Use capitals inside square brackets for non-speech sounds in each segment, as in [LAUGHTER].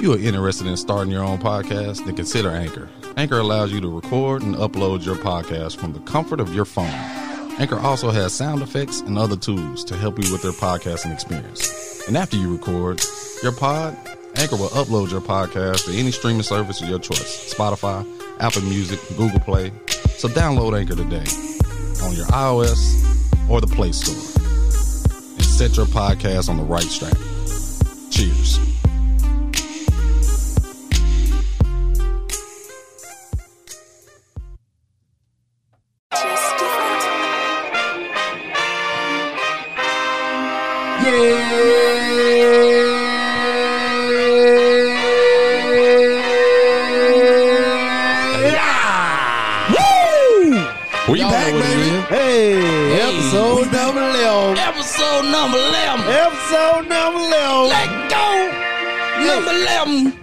you are interested in starting your own podcast, then consider Anchor. Anchor allows you to record and upload your podcast from the comfort of your phone. Anchor also has sound effects and other tools to help you with your podcasting experience. And after you record your pod, Anchor will upload your podcast to any streaming service of your choice Spotify, Apple Music, Google Play. So download Anchor today on your iOS or the Play Store and set your podcast on the right track. Cheers. Just different. We Y'all back, know what it baby. Hey, episode number 11. Episode number 11. Episode number 11. Let go. Number 11.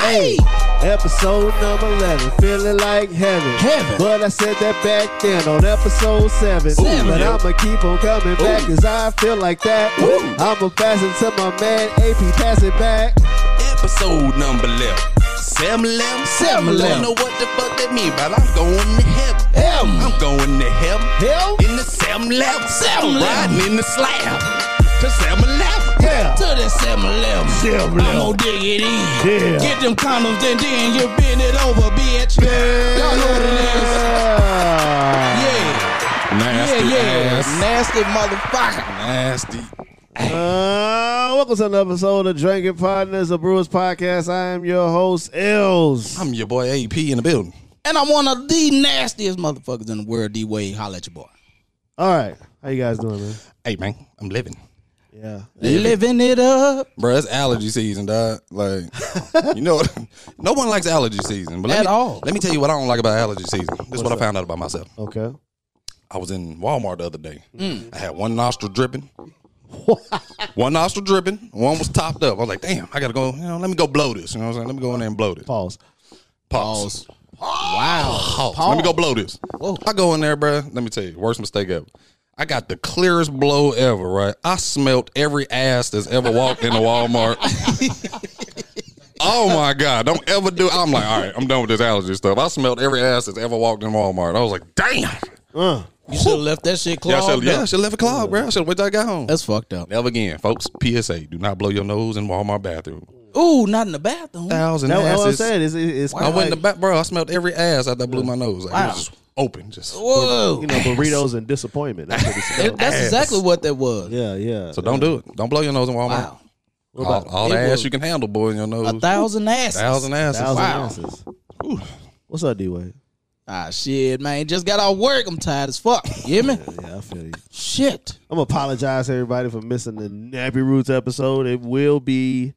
Hey, episode number 11. Feeling like heaven. Heaven. But I said that back then on episode 7. but yeah. I'ma keep on coming back Ooh. because I feel like that. I'ma pass it to my man AP. Pass it back. Episode number 11. Sam Lam, Sam Lam. Lam. Don't know what the fuck that mean, but I'm going to heaven. Heaven. I'm going to heaven. Hell In the Sam Lam, Sam Lam. Riding in the slab. To Sam Lam. Yeah. To the Sam Lam. Sam Lam. I'm going to dig it in. Yeah. Get them condoms and then you bend it over, bitch. Y'all know what it is. yeah. Yeah. Nasty yeah, yeah. ass. Nasty motherfucker. Nasty. Uh, welcome to another episode of Drinking Partners, a Brewers podcast. I am your host, Ills. I'm your boy AP in the building. And I'm one of the nastiest motherfuckers in the world, D Wade. Holla at your boy. All right. How you guys doing, man? Hey, man. I'm living. Yeah. Living it up. Bro, it's allergy season, dog. Like, you know, no one likes allergy season. But let At me, all. Let me tell you what I don't like about allergy season. This is what I found out about myself. Okay. I was in Walmart the other day. I had one nostril dripping. one nostril dripping. One was topped up. I was like, damn, I gotta go, you know, let me go blow this. You know what I'm saying? Let me go in there and blow this. Pause. Pause. Wow. Pause. Let me go blow this. I go in there, bruh. Let me tell you, worst mistake ever. I got the clearest blow ever, right? I smelt every ass that's ever walked into Walmart. [LAUGHS] oh my God. Don't ever do I'm like, all right, I'm done with this allergy stuff. I smelled every ass that's ever walked in Walmart. I was like, damn. You should have left that shit oh. Yeah, I clogged should yeah, I up. should left a clog, bruh. I should have went till I got home. That's fucked up. Never again, folks. PSA: Do not blow your nose in Walmart bathroom. Ooh, not in the bathroom. Thousand That's what I'm asses. saying. It's, it's I went kind of like, in the back, bro. I smelled every ass after I blew my nose. Like, it Wow. was just open, just. Whoa. you know, burritos and disappointment. That's what it's [LAUGHS] That- about. That's ass. exactly what that was. yeah, yeah. So don't do it. Don't blow your nose in Walmart. Wow. All, all the It ass was- you can handle, boy, in your nose. A thousand asses. thousand asses. Thousand Wow. ounces. What's up, D Wade? Ah, shit, man. Just got off work. I'm tired as fuck. You hear me? Yeah, I feel you. shit. I'm gonna apologize to everybody for missing the Nappy Roots episode. It will be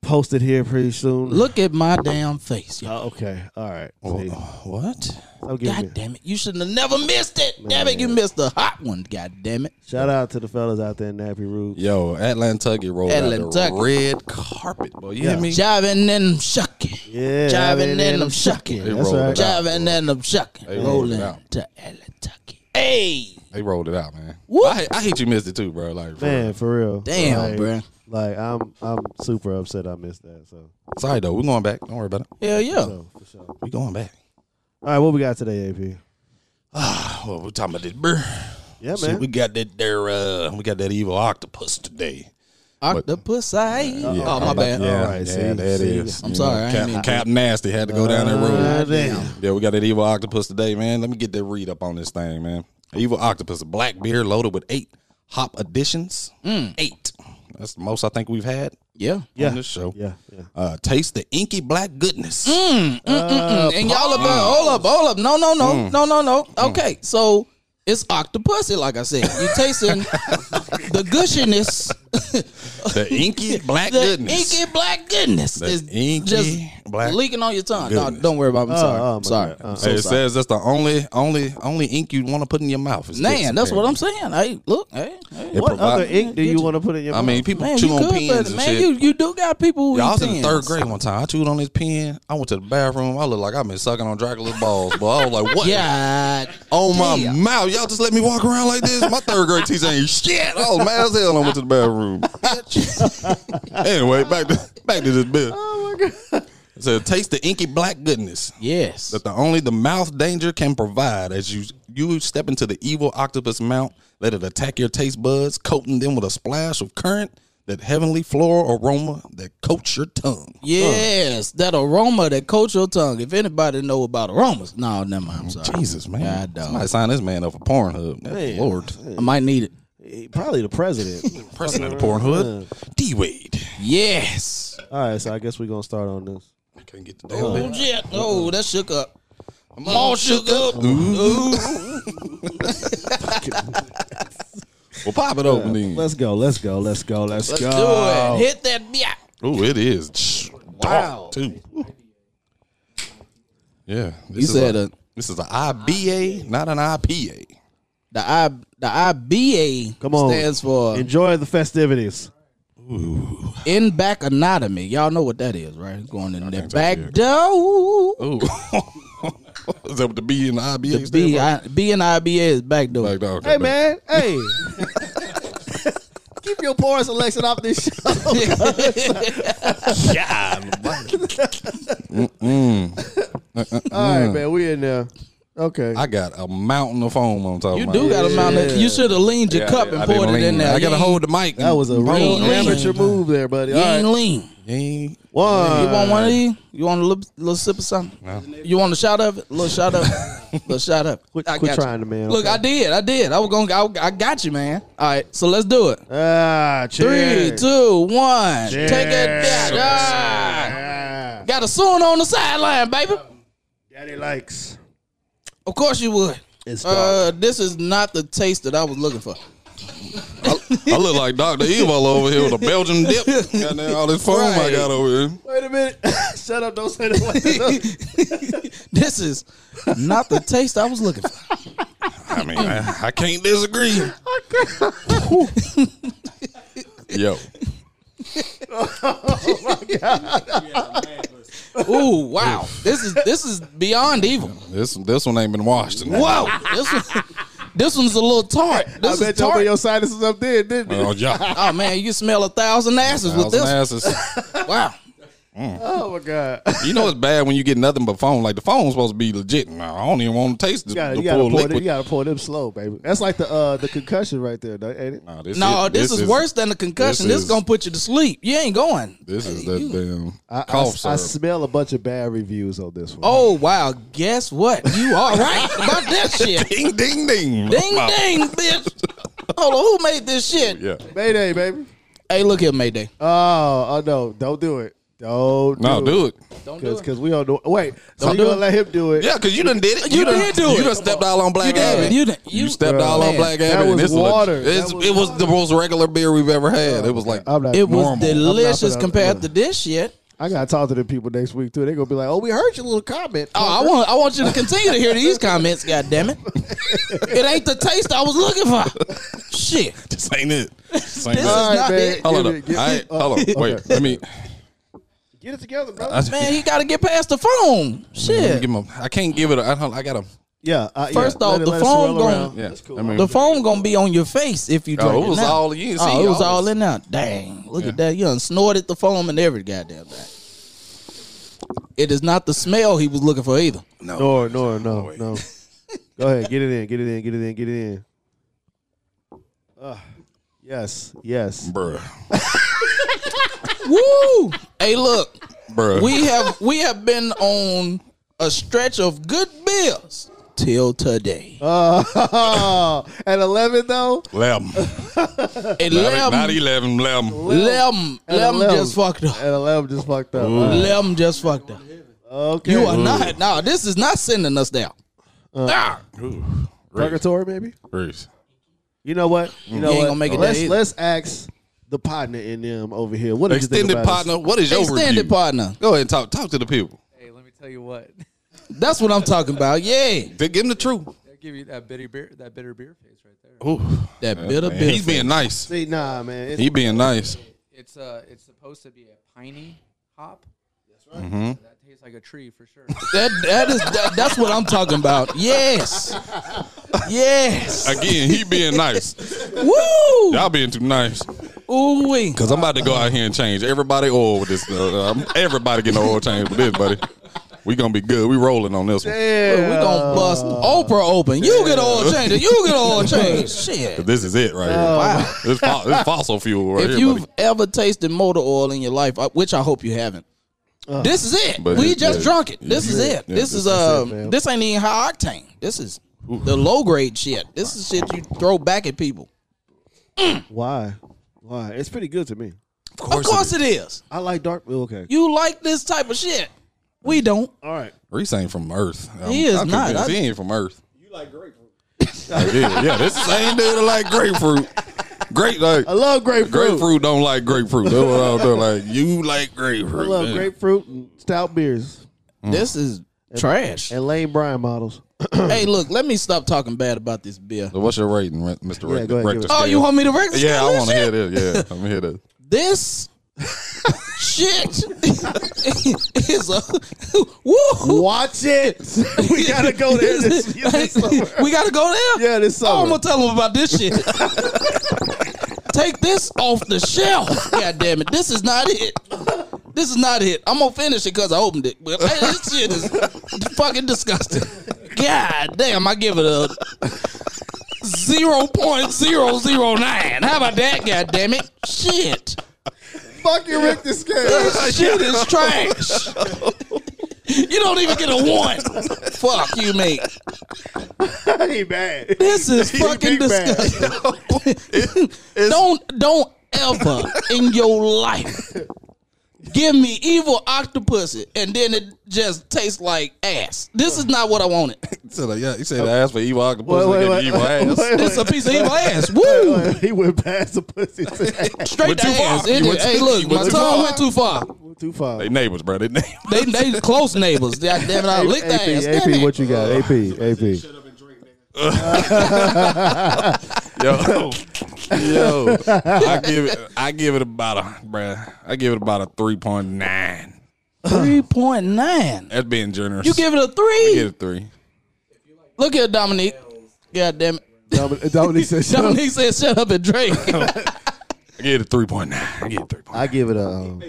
posted here pretty soon. Look at my damn face. Yo. Oh, okay. All right. See, oh. What? I'll give you- God damn it. You shouldn't have never missed it. Damn it. You missed the hot one. God damn it. Shout out to the fellas out there in Nappy Roots. Yo, Atlantucky rolled out the Atlantucky. red carpet, boy. You hear me? Jiving and I'm shucking. Yeah, Jiving jiving and, and I'm shucking. They That's rolled right. it out. Jiving and I'm shucking. They rolled it Rolling out. to Atlantucky. Hey. They rolled it out, man. Woo. I, hate- I hate you missed it too, bro. Like, for Man, real. for real. Damn, like, bruh. Like I'm, I'm super upset. I missed that. So, sorry though. We're going back. Don't worry about it. Hell yeah. so for sure. All We're going back. right, what we got today, AP? Well, we're talking about this, bro. Yeah, See, man. we got that there. Uh, we got that evil octopus today. Octopus I. oh, my I'm About, bad. yeah, All right, yeah, see, that see. is. I'm You sorry, know, I Cap, ain't Cap Nasty had to go down that road. Ah, damn. Yeah, we got that evil octopus today, man. Let me get that read up on this thing, man. Evil octopus, a black beer loaded with eight hop additions. Eight. That's the most I think we've had Mm. Yeah. Mm. Yeah. on this show. Yeah, yeah. Uh, taste the inky black goodness. and y'all about Mm. hold up, hold up. No, no, no, no, no, no. Okay, so it's octopussy, like I said. You [LAUGHS] tasting the gushiness, [LAUGHS] The inky black [LAUGHS] the goodness. inky black goodness. The is inky just black leaking on your tongue. No, goodness. don't worry about. It. I'm sorry. oh, my I'm sorry. God. I'm Hey, so it sorry. says that's the only, only, only ink you want to put in your mouth. Is this, Man, that's what I'm apparently. saying. Hey, look. Hey, hey. It What provide- other ink do you want to put in your? I mouth? mean, people Man, chew you on good, pens brother. and man, shit. you you do got people. Who Y'all eat was in the third pens. grade one time. I chewed on this pen. I went to the bathroom. I looked like I've been sucking on Dracula's balls, but I was like, what? Yeah. On my Damn. mouth. Y'all just let me walk around like this. My third grade [LAUGHS] teacher ain't shit. I was mad as hell. and I went to the bathroom. anyway, back to back to this bill. Oh my god. So taste the inky black goodness Yes. that the only the mouth danger can provide as you you step into the evil octopus mount let it attack your taste buds coating them with a splash of current that heavenly floral aroma that coats your tongue Yes, that aroma that coats your tongue. If anybody know about aromas, no, never mind. I'm sorry. jesus man Yeah, I don't. Somebody sign this man up for pornhub Good lord I might need it. Eh, Probably the president. president of pornhub d-wade Yes. All right, so I guess we're gonna start on this. i can't get the damn Oh thing. yeah. Oh, that shook up. I'm all shook up. well pop it open then Let's go. Let's go. Let's go. Let's, Let's go. do it. Hit that yeah. oh it is sh- Wow. dark too yeah this You said a, a- this is an iba not an ipa The I the IBA Come on. stands for Enjoy the festivities. in back anatomy. Y'all know what that is, right? It's going in the that's back it. door. Oh, [LAUGHS] is that what the B and the IBA The stands B, for? I, B and IBA is back door. Like, dog, Hey man, hey. [LAUGHS] Keep your porn selection off [LAUGHS] this show. All right, man, we in there. Okay. I got a mountain of foam on top you of my do head. got a mountain. You should have leaned your Yeah, cup I- and I didn't poured it in lean. there. I got to You hold the mic. that was a real lean. amateur move there, buddy. ain't- You All ain't right. lean. Yeah. One. You want one of these? You want a little, little sip of something? You want a shot of it? little shot of [LAUGHS] it? little shot of it. Quit- I quit got you. trying to, man, Look, okay? I did. I did. I was going to, I got you, man. All right, so let's do it. Ah, Three, cheers. two, one. Take it Cheers. back. Ah. Ah, Got a soon on the sideline, baby. Daddy likes. Of course you would. It's Uh, this is not the taste that I was looking for. [LAUGHS] I look like Dr. Evil over here with a Belgian dip. Goddamn, all this foam I Right. got over here. Wait a minute. [LAUGHS] Shut up. Don't [LAUGHS] say that. [LAUGHS] This is not the taste I was looking for. [LAUGHS] I mean, I, I can't disagree. Yo, Ooh, wow. This is this is beyond evil. this this one ain't been washed. In Whoa. This one, [LAUGHS] this one's a little tart. I This is bet you tart. opened your sinuses up there, didn't you? Oh, yeah. Oh man, you smell a thousand asses with Thousand this. asses. Wow. Oh my god. You know it's bad when you get nothing but foam. Like the foam's supposed to be legit. Nah, I don't even want to taste the, You gotta, the you gotta full pour them, liquid. you gotta pour them slow, baby. That's like the uh, the concussion right there, though, ain't it? Nah, this No, it. this, is, worse than a concussion. this This, is is- gonna put you to sleep. You ain't going. This is that damn I, I- cough I syrup. smell a bunch of bad reviews on this one. Oh wow. Guess what? You are right about that [LAUGHS] shit. ding ding ding. Ding Wow. ding, bitch. Hold on, who made this shit? Yeah. Mayday, baby. Hey, look here, Mayday. Oh, oh no, don't do it. Don't No, do do it. Don't do Cause, it. cause we don't do Wait, so you do gonna it. let him do it? Yeah, because you done did it. You done, did do You it. done stepped all on Black You Abbey. did. You done- you- stepped all on Man, Black that Abbey. was This a- water. it's- That was it was the most regular beer we've ever had. It was like I'm not, It was normal. I'm delicious not finna- compared to this shit. I gotta talk to the people next week too. They gonna be like, "Oh, we heard your little comment." Oh, I want I want you to continue to hear these comments. God damn it! It ain't the taste I was looking for. Shit. this ain't it. This ain't it. This is- All right, not man. it. Hold Give on. it- give- All right, hold on. Wait, Okay. let me. Get it together, bro. I, Man, he got to get past the let phone. me Shit. give him. I can't give it. A, I don't. I gotta. yeah. I, First yeah, off, let it- the let it phone swirl gone. around. Yeah. That's cool. I mean, The phone gonna be on your face if you drink Oh, it it was now. all you didn't Oh, see. it was all all this. in there. Dang, look Yeah. at that. You done snorted the foam and every goddamn thing. It is not the smell he was looking for either. No. No, no, no, [LAUGHS] no. Go ahead, get it in, get it in, get it in, get it in. Ah, yes, yes. Bruh. Woo! Hey, look, Bruh. we have we have been on a stretch of good bills till today. Uh, at eleven though, Lem. And Not not Lem, 11, Lem. Lem, at Lem 11, just fucked up. At eleven, just fucked up. All right. Lem just fucked up. Okay, You are not. No, this is not sending us down. Ah. Ooh. purgatory, maybe. Bruce. You know what? You know ain't what? gonna make it let's that easy. let's ask the partner in them over here. What did you think Extended about us? partner, what is your Extended review? partner. Go ahead and talk talk to the people. Hey, let me tell you what. [LAUGHS] That's what I'm talking about. Yeah, They give him the truth. That give you that bitter beer, that bitter beer face right there. Ooh, that bitter man, bitter. he's being nice. See, nah, man. It's, He being nice. It's uh, it's supposed to be a piney hop. That tastes like a tree for sure. That that is that, that's what I'm talking about. Yes, yes. Again, he being nice. Woo! Y'all being too nice. Ooh wee. Cause I'm about to go out here and change everybody oil with this. Uh, um, everybody getting an oil change with this, buddy. We gonna be good. We rolling on this one. We gonna bust Oprah open. You get an oil change. You get an oil change. Shit. This is it right here. Oh. Wow. This, fo- this fossil fuel right If here, you've buddy. ever tasted motor oil in your life, uh, which I hope you haven't, Uh, this is it. But we it- just yeah. drunk it. This Yeah. is it. Yeah, this this- is that's um. man. this ain't even high octane. This is the low grade shit. This is shit you throw back at people. Why? Why? It's pretty good to me. Of course, it is. I like dark. oh, Okay. You like this type of shit. We don't. All right. Reese ain't from Earth. I'm- He is I'm not. convinced I- He ain't from Earth. You like grapefruit. yeah, yeah. This same dude that like grapefruit. Great, like I love grapefruit. grapefruit don't like grapefruit. That's what I was doing. Like you like grapefruit. I love man. grapefruit and stout beers Mm. This is trash. and Lane Bryant models. hey, look, let me stop talking bad about this beer. So what's your rating, Re- Mr. Yeah, Rick? go ahead, Rector give it. Oh, scale? you want me to rank this? Yeah, I goddamn want to shit? hear this. Yeah, I'm hear this. [LAUGHS] This shit [LAUGHS] is a [LAUGHS] woo. Watch it. [LAUGHS] we gotta go there. [LAUGHS] This, [LAUGHS] this summer. we gotta go there. Yeah, this summer. Oh, I'm gonna tell them about this shit. Take this off the shelf. God damn it. This is not it. This is not it. I'm gonna finish it because I opened it. But hey, this shit is fucking disgusting. God damn, I give it a 0.009. How about that, god damn it? Shit. fucking Rick the Scale. [LAUGHS] This shit is trash. You don't even get a one. Fuck you, mate. Hey, bad. This is fucking big man. disgusting. don't don't ever in your life give me evil octopus and then it just tastes like ass. This is not what I wanted. So like, yeah, you said ask for evil octopus. Wait, wait, they get wait. evil ass. Wait, It's a piece of evil ass. Woo! [LAUGHS] he went past the [LAUGHS] pussy. Straight Went to too far. ass. It You is- went too- hey, you look, went my too tongue far. went too far. Too far. They neighbors, bro. They neighbors. They they close neighbors. God damn it! I licked AP, their ass. AP, Damn it. what you got? AP, AP. [LAUGHS] Yo, yo, I give it. I give it about a, bro. I give it about a three point nine. Three point nine. That's being generous. You give it a Give three. it three. Look at Dominique. God damn it. [LAUGHS] Dominic, Dominic said, Dominique said, "Shut up and drink." I give it a three point nine. I give it three point. I give it a. Um,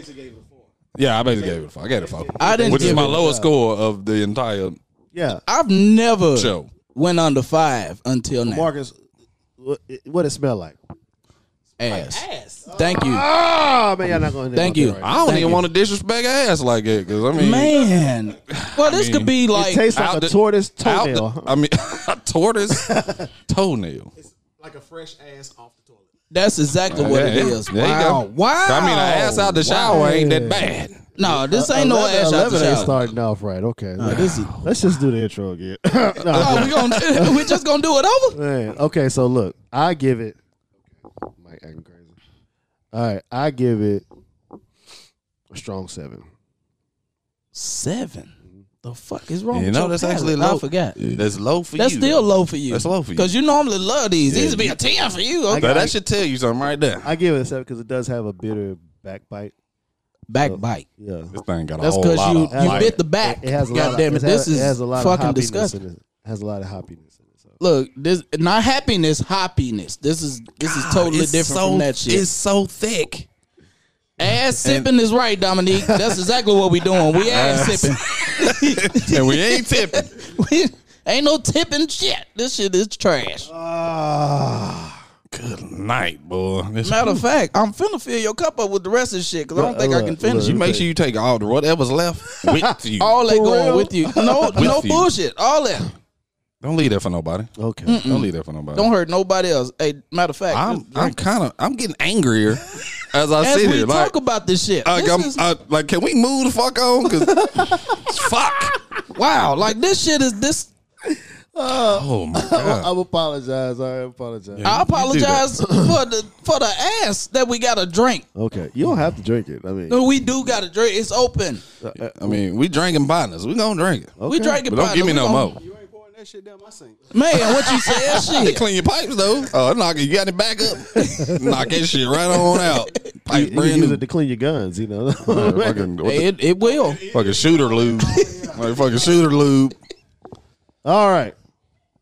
Yeah, I basically gave it a four. I gave it a four. I didn't Which is give my it a lowest score of the entire yeah, I've never show. went under five until now. Marcus, what, what it smell like? ass. Thank you, Ah, Oh man, y'all not going. thank you. I don't Thank even you. want to disrespect ass like that because I mean, Man, well, this could be like Tastes out like a the- tortoise out the- toenail. I mean, [LAUGHS] a tortoise [LAUGHS] toenail. like a fresh ass off the toilet. that's exactly what it is. There you Wow, go. wow. I mean, an ass out the shower ain't that bad. No, this ain't no 11, ass out 11 the ain't shower. starting off right. Okay, This is- let's just do the intro [LAUGHS] again. No, oh, we gonna [LAUGHS] we just gonna do it over? man. Okay, so look, I give it. Mike acting crazy. All right, I give it a strong seven. Seven. The fuck is wrong? You with know your that's palate? actually low. I forgot. That's low for That's you. still low for you. That's low for you. Because you normally love these. Yeah, these would be you- a ten for you. Okay. Now, that should tell you something right there. I give it a seven because it does have a bitter backbite. Backbite. Yeah, this thing got a That's whole because lot you of you light. bit the back. it has a lot. God of- damn has- it! This is it has a lot fucking of hoppiness disgusting. In it. It has a lot of hoppiness in it. So. look, this not happiness, happiness. This is this is totally It's different so- from that shit. It's so thick. Ass sipping is right, Dominique. That's exactly what we doing. We ass sipping. [LAUGHS] and we ain't tipping. [LAUGHS] We- Ain't no tipping shit. This shit is trash. Ah. Good night, boy. This- Matter of fact, I'm finna fill your cup up with the rest of the shit because I don't think I can look, finish look. you it. make sure you take all the whatever's left [LAUGHS] with you. All that going real? [LAUGHS] with you. No, no you. bullshit. All that. Don't leave that for nobody. Okay. Don't leave that for nobody. Don't hurt nobody else. Hey, matter of fact, I'm I'm kind of I'm getting angrier as I as sit we here. Like, talk about this shit, like, this I'm, is- I, like, can we move the fuck on? Cause [LAUGHS] fuck. wow, like this shit is this. Oh [LAUGHS] my god. I apologize. I apologize. Yeah. I You do [CLEARS THROAT] apologize for the for the ass that we got to drink. Okay, you don't have to drink it. I mean, No, we do got to drink. It's open. I mean, we drinking partners. We gonna drink it. We Okay. drinking. But don't partner. give me We no gonna- more. that shit down my sink. [LAUGHS] Man, what you [LAUGHS] said? Shit. Clean your pipes though. Oh, knock it. You got it back [LAUGHS] up. knock that shit right on out. You, Pipe you brand use new. it to clean your guns, you know. Uh, fucking, what Hey, the, It, [LAUGHS] it will. fucking shooter lube. like fucking shooter lube. [LAUGHS] All right,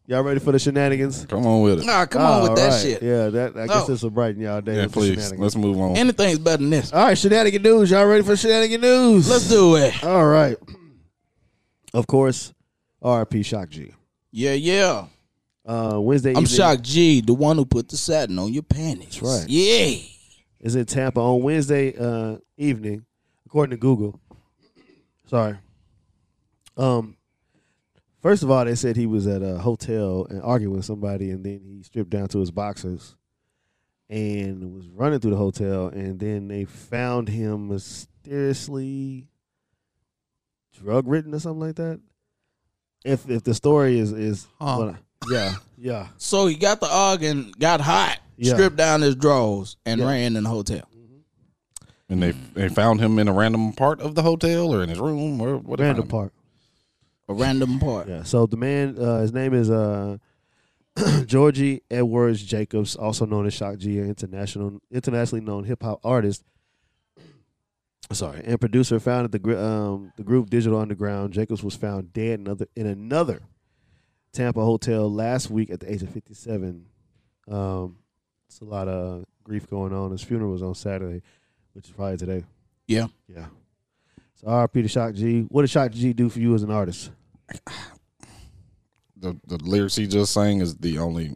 y'all ready for the shenanigans? Come on with it. Nah, come on All with that right. shit. Yeah, that I guess No. this will brighten y'all day. yeah, with the please. shenanigans. Let's move on. Anything's better than this. All right, shenanigan news. Y'all ready for shenanigan news? Let's do it. All right. Of course, RP Shock G. Yeah, yeah. Uh, Wednesday I'm evening shocked. G, the one who put the satin on your panties. right. Yeah. is in Tampa on Wednesday uh, evening, according to Google. Sorry. Um, first of all, they said he was at a hotel and arguing with somebody, and then he stripped down to his boxers and was running through the hotel, and then they found him mysteriously drug ridden or something like that. If if the story is is Huh. what I- yeah [LAUGHS] yeah So he got the UGG and got hot, Yeah. stripped down his drawers, and Yeah. ran in the hotel. And they they found him in a random part of the hotel or in his room or whatever. random part. A random part. Yeah. So the man, uh, his name is uh, [CLEARS THROAT] Georgie Edwards Jacobs, also known as Shock G, an international, internationally known hip hop artist. [CLEARS THROAT] Sorry, and producer founded the gr- um, the group Digital Underground. Jacobs was found dead in another in another Tampa hotel last week at the age of fifty seven. Um, it's a lot of grief going on. His funeral was on Saturday, which is probably today. Yeah. Yeah. So R.P. to Shock G. What did Shock G do for you as an artist? The the lyrics he just sang is the only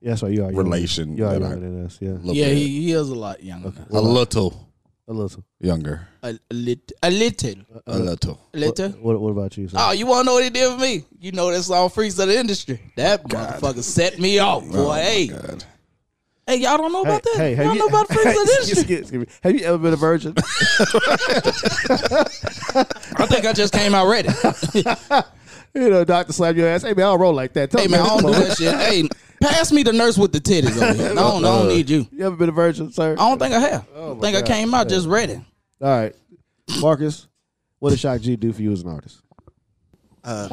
Yeah, that's right. You are younger- Relation You are that younger I- Mm-hmm. than us. Yeah, look yeah, at. he, he is a lot younger. a little a little. younger. A, a, lit, a little. Uh, A little. A little. What What about you? Son? Oh, you want to know what he did for me? You know that song "Freaks of the Industry." That motherfucker set me off, boy. hey, God. hey, y'all don't know about that? Oh Hey, y'all have you, [LAUGHS] know about "Freaks of the excuse- Industry"? excuse me. Have you ever been a virgin? [LAUGHS] [LAUGHS] I think I just came out ready. you know, doctor slap your ass. Hey man, I don't roll like that. Tell hey me man, I how don't do to roll. that shit. Hey, pass me the nurse with the titties over here. I don't, I don't need you. You ever been a virgin, sir? I don't think I have. I think I Oh God. came out just ready. All right, Marcus. What did Shock G do for you as an artist? Uh,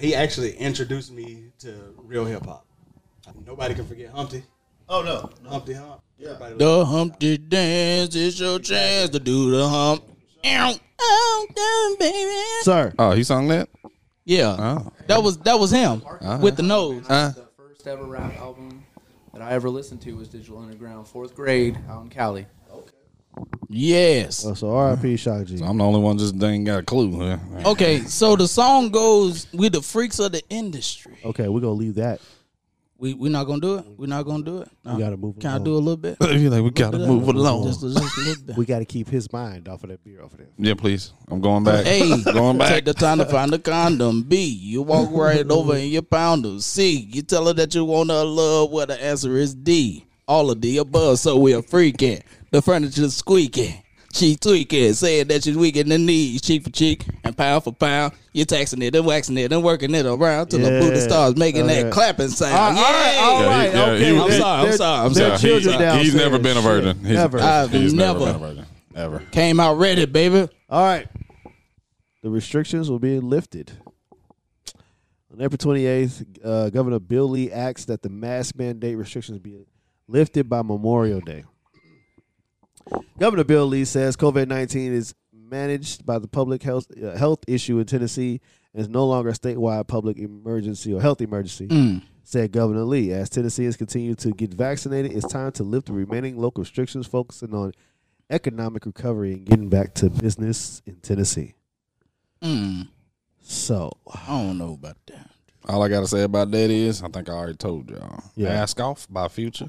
he actually introduced me to real hip hop. Nobody can forget Humpty. Oh no, Humpty Hump. Everybody was- The Humpty Dance is your chance to do the hump. Ow, ow, ow, baby. Sir, Oh, he sung that? Yeah, Uh-huh. Oh. that was that was him with the nose. Uh, The first ever rap album that I ever listened to was Digital Underground, fourth grade out in Cali. Yes. Uh, [LAUGHS] so R.I.P. Shock G. I'm the only one just ain't got a clue. huh? [LAUGHS] Okay, so the song goes, "We the freaks of the industry." Okay, we're gonna leave that. We we not gonna do it. We're not gonna do it. No. We gotta move Can I along. do a [LAUGHS] little bit? You're like, we gotta move along. Just, just a little bit. We got to keep his mind off of that beer over there. Yeah, please. I'm going back. Hey, going back. take the time to find the condom. B, you walk right over and you pound them. C, you tell her that you want her love. Well, the answer is D. All of the above, so we're freaking. The furniture's squeaking. She tweaking, saying that she's weak in the knees, cheek for cheek and pound for pound. You're taxing it and waxing it and working it around till Yeah. the booty starts making Okay. that clapping sound. All right, Yeah. all Yeah, he- right, yeah, okay. he- I'm he- sorry, I'm They're- sorry, I'm they're sorry. children he's, downstairs. he's never been a Shit. virgin. He's, Never. He's, he's never. I've been a never. virgin. Ever. Came out ready, baby. All right. The restrictions will be lifted. On April 28th, uh, Governor Bill Lee acts that the mask mandate restrictions be lifted by Memorial Day. Governor Bill Lee says COVID 19 is managed by the public health, uh, health issue in Tennessee and is no longer a statewide public emergency or health emergency, said Governor Lee. As Tennesseans continue to get vaccinated, it's time to lift the remaining local restrictions, focusing on economic recovery and getting back to business in Tennessee. Hmm. So, I don't know about that. All I gotta say about that is, I think I already told y'all. Yeah. Mask off by Future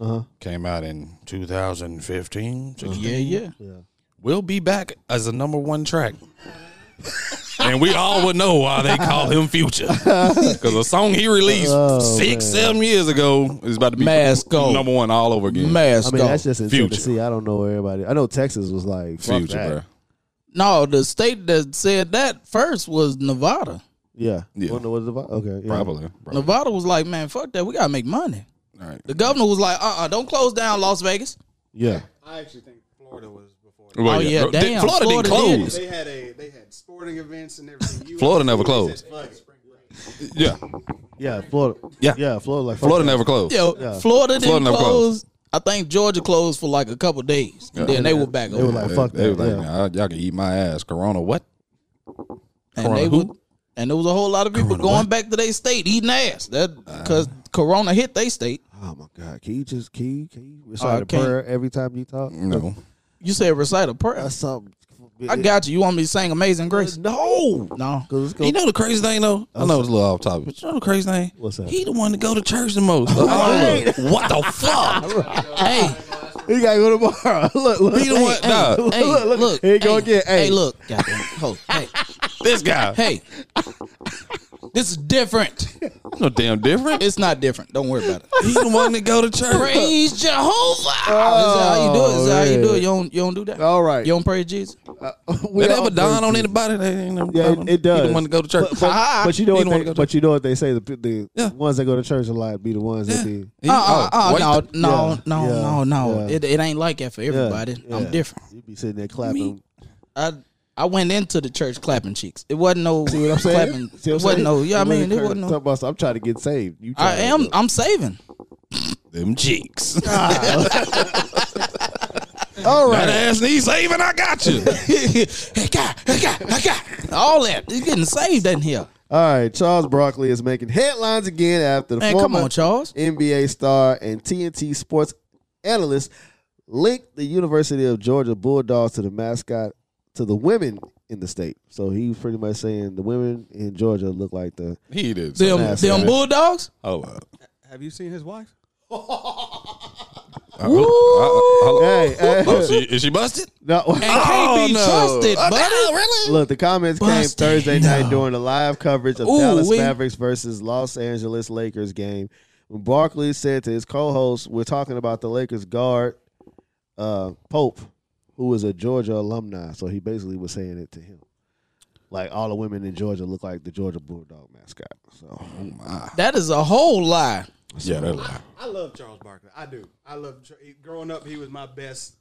uh-huh. came out in 2015. Yeah, yeah. We'll be back as a number one track. and we all would know why they call him Future. [LAUGHS] Because a song he released Oh, six, seven years ago is about to be Mask off. number one all over again. Mask I mean, off. that's just in Future. Tennessee. I don't know where everybody. I know Texas was like fuck Future, that. bro. No, the state that said that first was Nevada. Yeah, Yeah. Wonder what it's about. Okay, yeah. Probably. bro. Nevada was like, man, fuck that. We gotta make money. All right. Oh, The governor was like, uh, uh-uh, uh, do not close down Las Vegas. Yeah, I actually think Florida was before. that. Well, Oh, yeah, Bro, did- damn, Florida, Florida didn't did. close. They had a they had sporting events and everything. You- Florida never closed. Fuck it. Yeah, Yeah, Florida. Yeah. yeah, Florida. Like Florida never closed. Yo, Yeah. Florida didn't Florida never close. closed. I think Georgia closed for like a couple days. And then they were back They were open. like, fuck they that. was like, yeah. "Nah, y'all can eat my ass. Corona, what? and they Corona were, who? and there was a whole lot of people Corona going what? Uh. back to their state eating ass. That because Corona hit their state. Oh my god, can you just can you can you recite I a can't. prayer every time you talk? Uh, No, You said recite a prayer. That's something. I got you. You want me to sing Amazing Grace? no. [LAUGHS] No. 'Cause it's gonna, you know the crazy thing though. I know it's a little off topic. But you know the crazy thing? What's that? He the one that go to church the [LAUGHS] most. of all of us. What the fuck? Hey, he gotta go tomorrow. [LAUGHS] look, look, He the one. nah, hey, look, look, look. look. Here you go hey, again. Hey. hey, look. Goddamn. Hold. Hey, this guy. [LAUGHS] hey. This is different. No damn different. It's not different. Don't worry about it. He the one that go to church. [LAUGHS] Praise Jehovah. Oh, this is how you do it. This is how you do it. man. You don't you don't do that. All right. You don't praise Jesus. We that all ever dawn on crazy. anybody? That ain't no Yeah, problem. it, it does. He the one that go to church. But, but, but you know He what? the one They, that go to but you know what they say. The the Yeah. ones that go to church a lot be the ones that be. He- Uh, uh, oh, uh, wait. no, no, Yeah, no, yeah, no, no. yeah. It, it ain't like that for everybody. Yeah, yeah. I'm different. You be sitting there clapping. I I went into the church clapping cheeks. It wasn't [LAUGHS] no See what I'm saying? clapping. See what I'm it wasn't saying? no. Yeah, I You really mean, it curse- wasn't no. talk about some- I'm trying to get saved. You I trying to am. get- I'm saving. [LAUGHS] Them cheeks. All That right. ass needs saving. I got [LAUGHS] you. Hey, God, hey, God, hey, God. All that. It's getting saved in here. All right, Charles Barkley is making headlines again after the Man, come former on, Charles. NBA star and TNT sports analyst linked the University of Georgia Bulldogs to the mascot to the women in the state. So he's pretty much saying the women in Georgia look like the He did. Them, nasty, them man. bulldogs. Hold up. Have you seen his wife? Uh, hold- uh, hold up. hey, hey, Oh, she, is she busted? Oh, no. [LAUGHS] Uh, And can't be no. trusted, buddy. Look, the comments came Busted. Thursday night during the live coverage of Ooh, Dallas we- Mavericks versus Los Angeles Lakers game. When Barkley said to his co-host, "We're talking about the Lakers guard uh, Pope, who is a Georgia alumni." So he basically was saying it to him, like all the women in Georgia look like the Georgia Bulldog mascot. So That is a whole lie. Yeah, that lie. I love Charles Barkley. I do. I love Char- he- growing up. He was my best,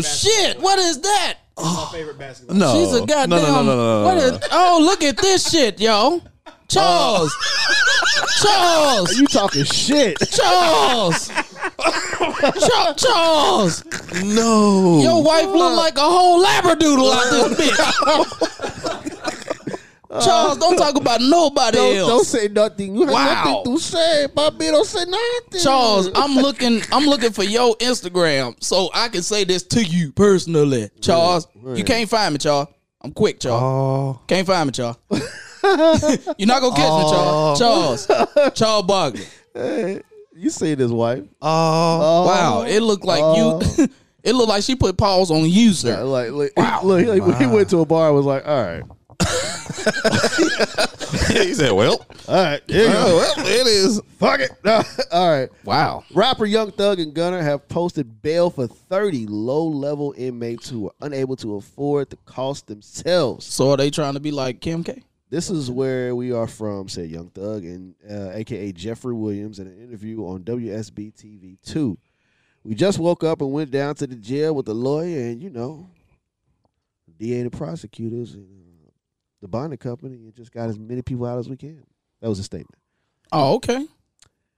basketball shit. What is that? my favorite basketball. Oh. No, She's a goddamn. No, no, no, no, no, no. what is- oh, look at this shit, yo. Charles. Oh. [LAUGHS] Charles. you talking shit? Charles. Char- Charles. no. Your wife look like a whole labradoodle out [LAUGHS] this bitch. Charles, don't talk about nobody Don't, else. don't say nothing. You have Wow. nothing to say, Bobby. Don't say nothing. Charles, uh, I'm looking I'm looking for your Instagram so I can say this to you personally. Charles, you can't find me, Charles. I'm quick, Oh. Charles. Can't find [LAUGHS] me, Charles. You're not gonna catch Oh. me, Charles. Charles. Charles Barkley. you see his wife? Oh. Oh. Wow. It looked like you [LAUGHS] it looked like she put pause on you, sir. Like, like, [LAUGHS] he, look, he- he went to a bar. and Was like, all right. [LAUGHS] he said, "Well, All right, there you go. Oh, well, it is." Fuck it. [LAUGHS] All right. Wow. Rapper Young Thug and Gunner have posted bail for 30 low level inmates who are unable to afford the cost themselves. So are they trying to be like Kim K? This is where we are from, said Young Thug, and uh, AKA Jeffrey Williams, in an interview on WSB TV 2. We just woke up and went down to the jail with the lawyer and, you know, DA and the prosecutors and uh, the bonding company and just got as many people out as we can. That was a statement. Oh, okay.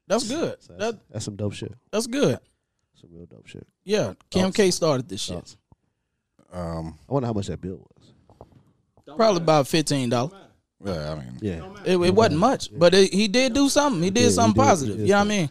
That's good. So that's, That that's some dope shit. that's good. Some real dope shit. Yeah. Kim K started this shit. Thoughts? Um, I wonder how much that bill was. Probably about fifteen dollars. yeah, I mean, Yeah. It, it wasn't much, but it, he did do something. He did did, he something did, he positive. did you know what I mean?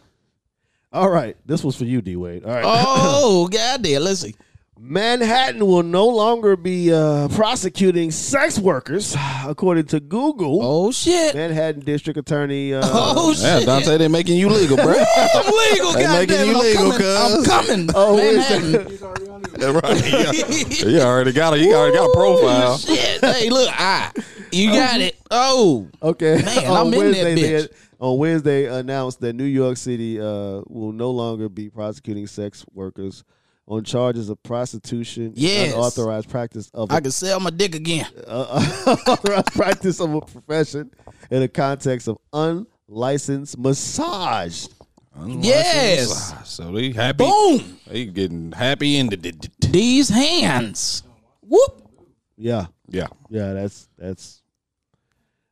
All right. This was for you, D Wade. All right. Oh, [LAUGHS] God damn. Let's see. Manhattan will no longer be uh, prosecuting sex workers, according to Google. Oh, shit. Manhattan District Attorney. Uh, [LAUGHS] Oh, yeah, shit. Dante, they making you legal, bro. [LAUGHS] I'm legal, They God making damn it. you I'm legal, coming. I'm cuz. coming. Oh, wait a Manhattan. second. He's already on it. Yeah, right. [LAUGHS] Yeah. You already got a, you already got a profile. Oh, Shit. Hey, look. I. You got it. Oh. Okay. Man, I'm in that they bitch. had- on Wednesday, announced that New York City uh, will no longer be prosecuting sex workers on charges of prostitution, Yes. unauthorized practice of I can sell my dick again. unauthorized [LAUGHS] practice of a profession in the context of unlicensed massage. Yes. So they happy. Boom. They getting happy ended. These hands. Whoop. Yeah, Yeah, yeah, that's that's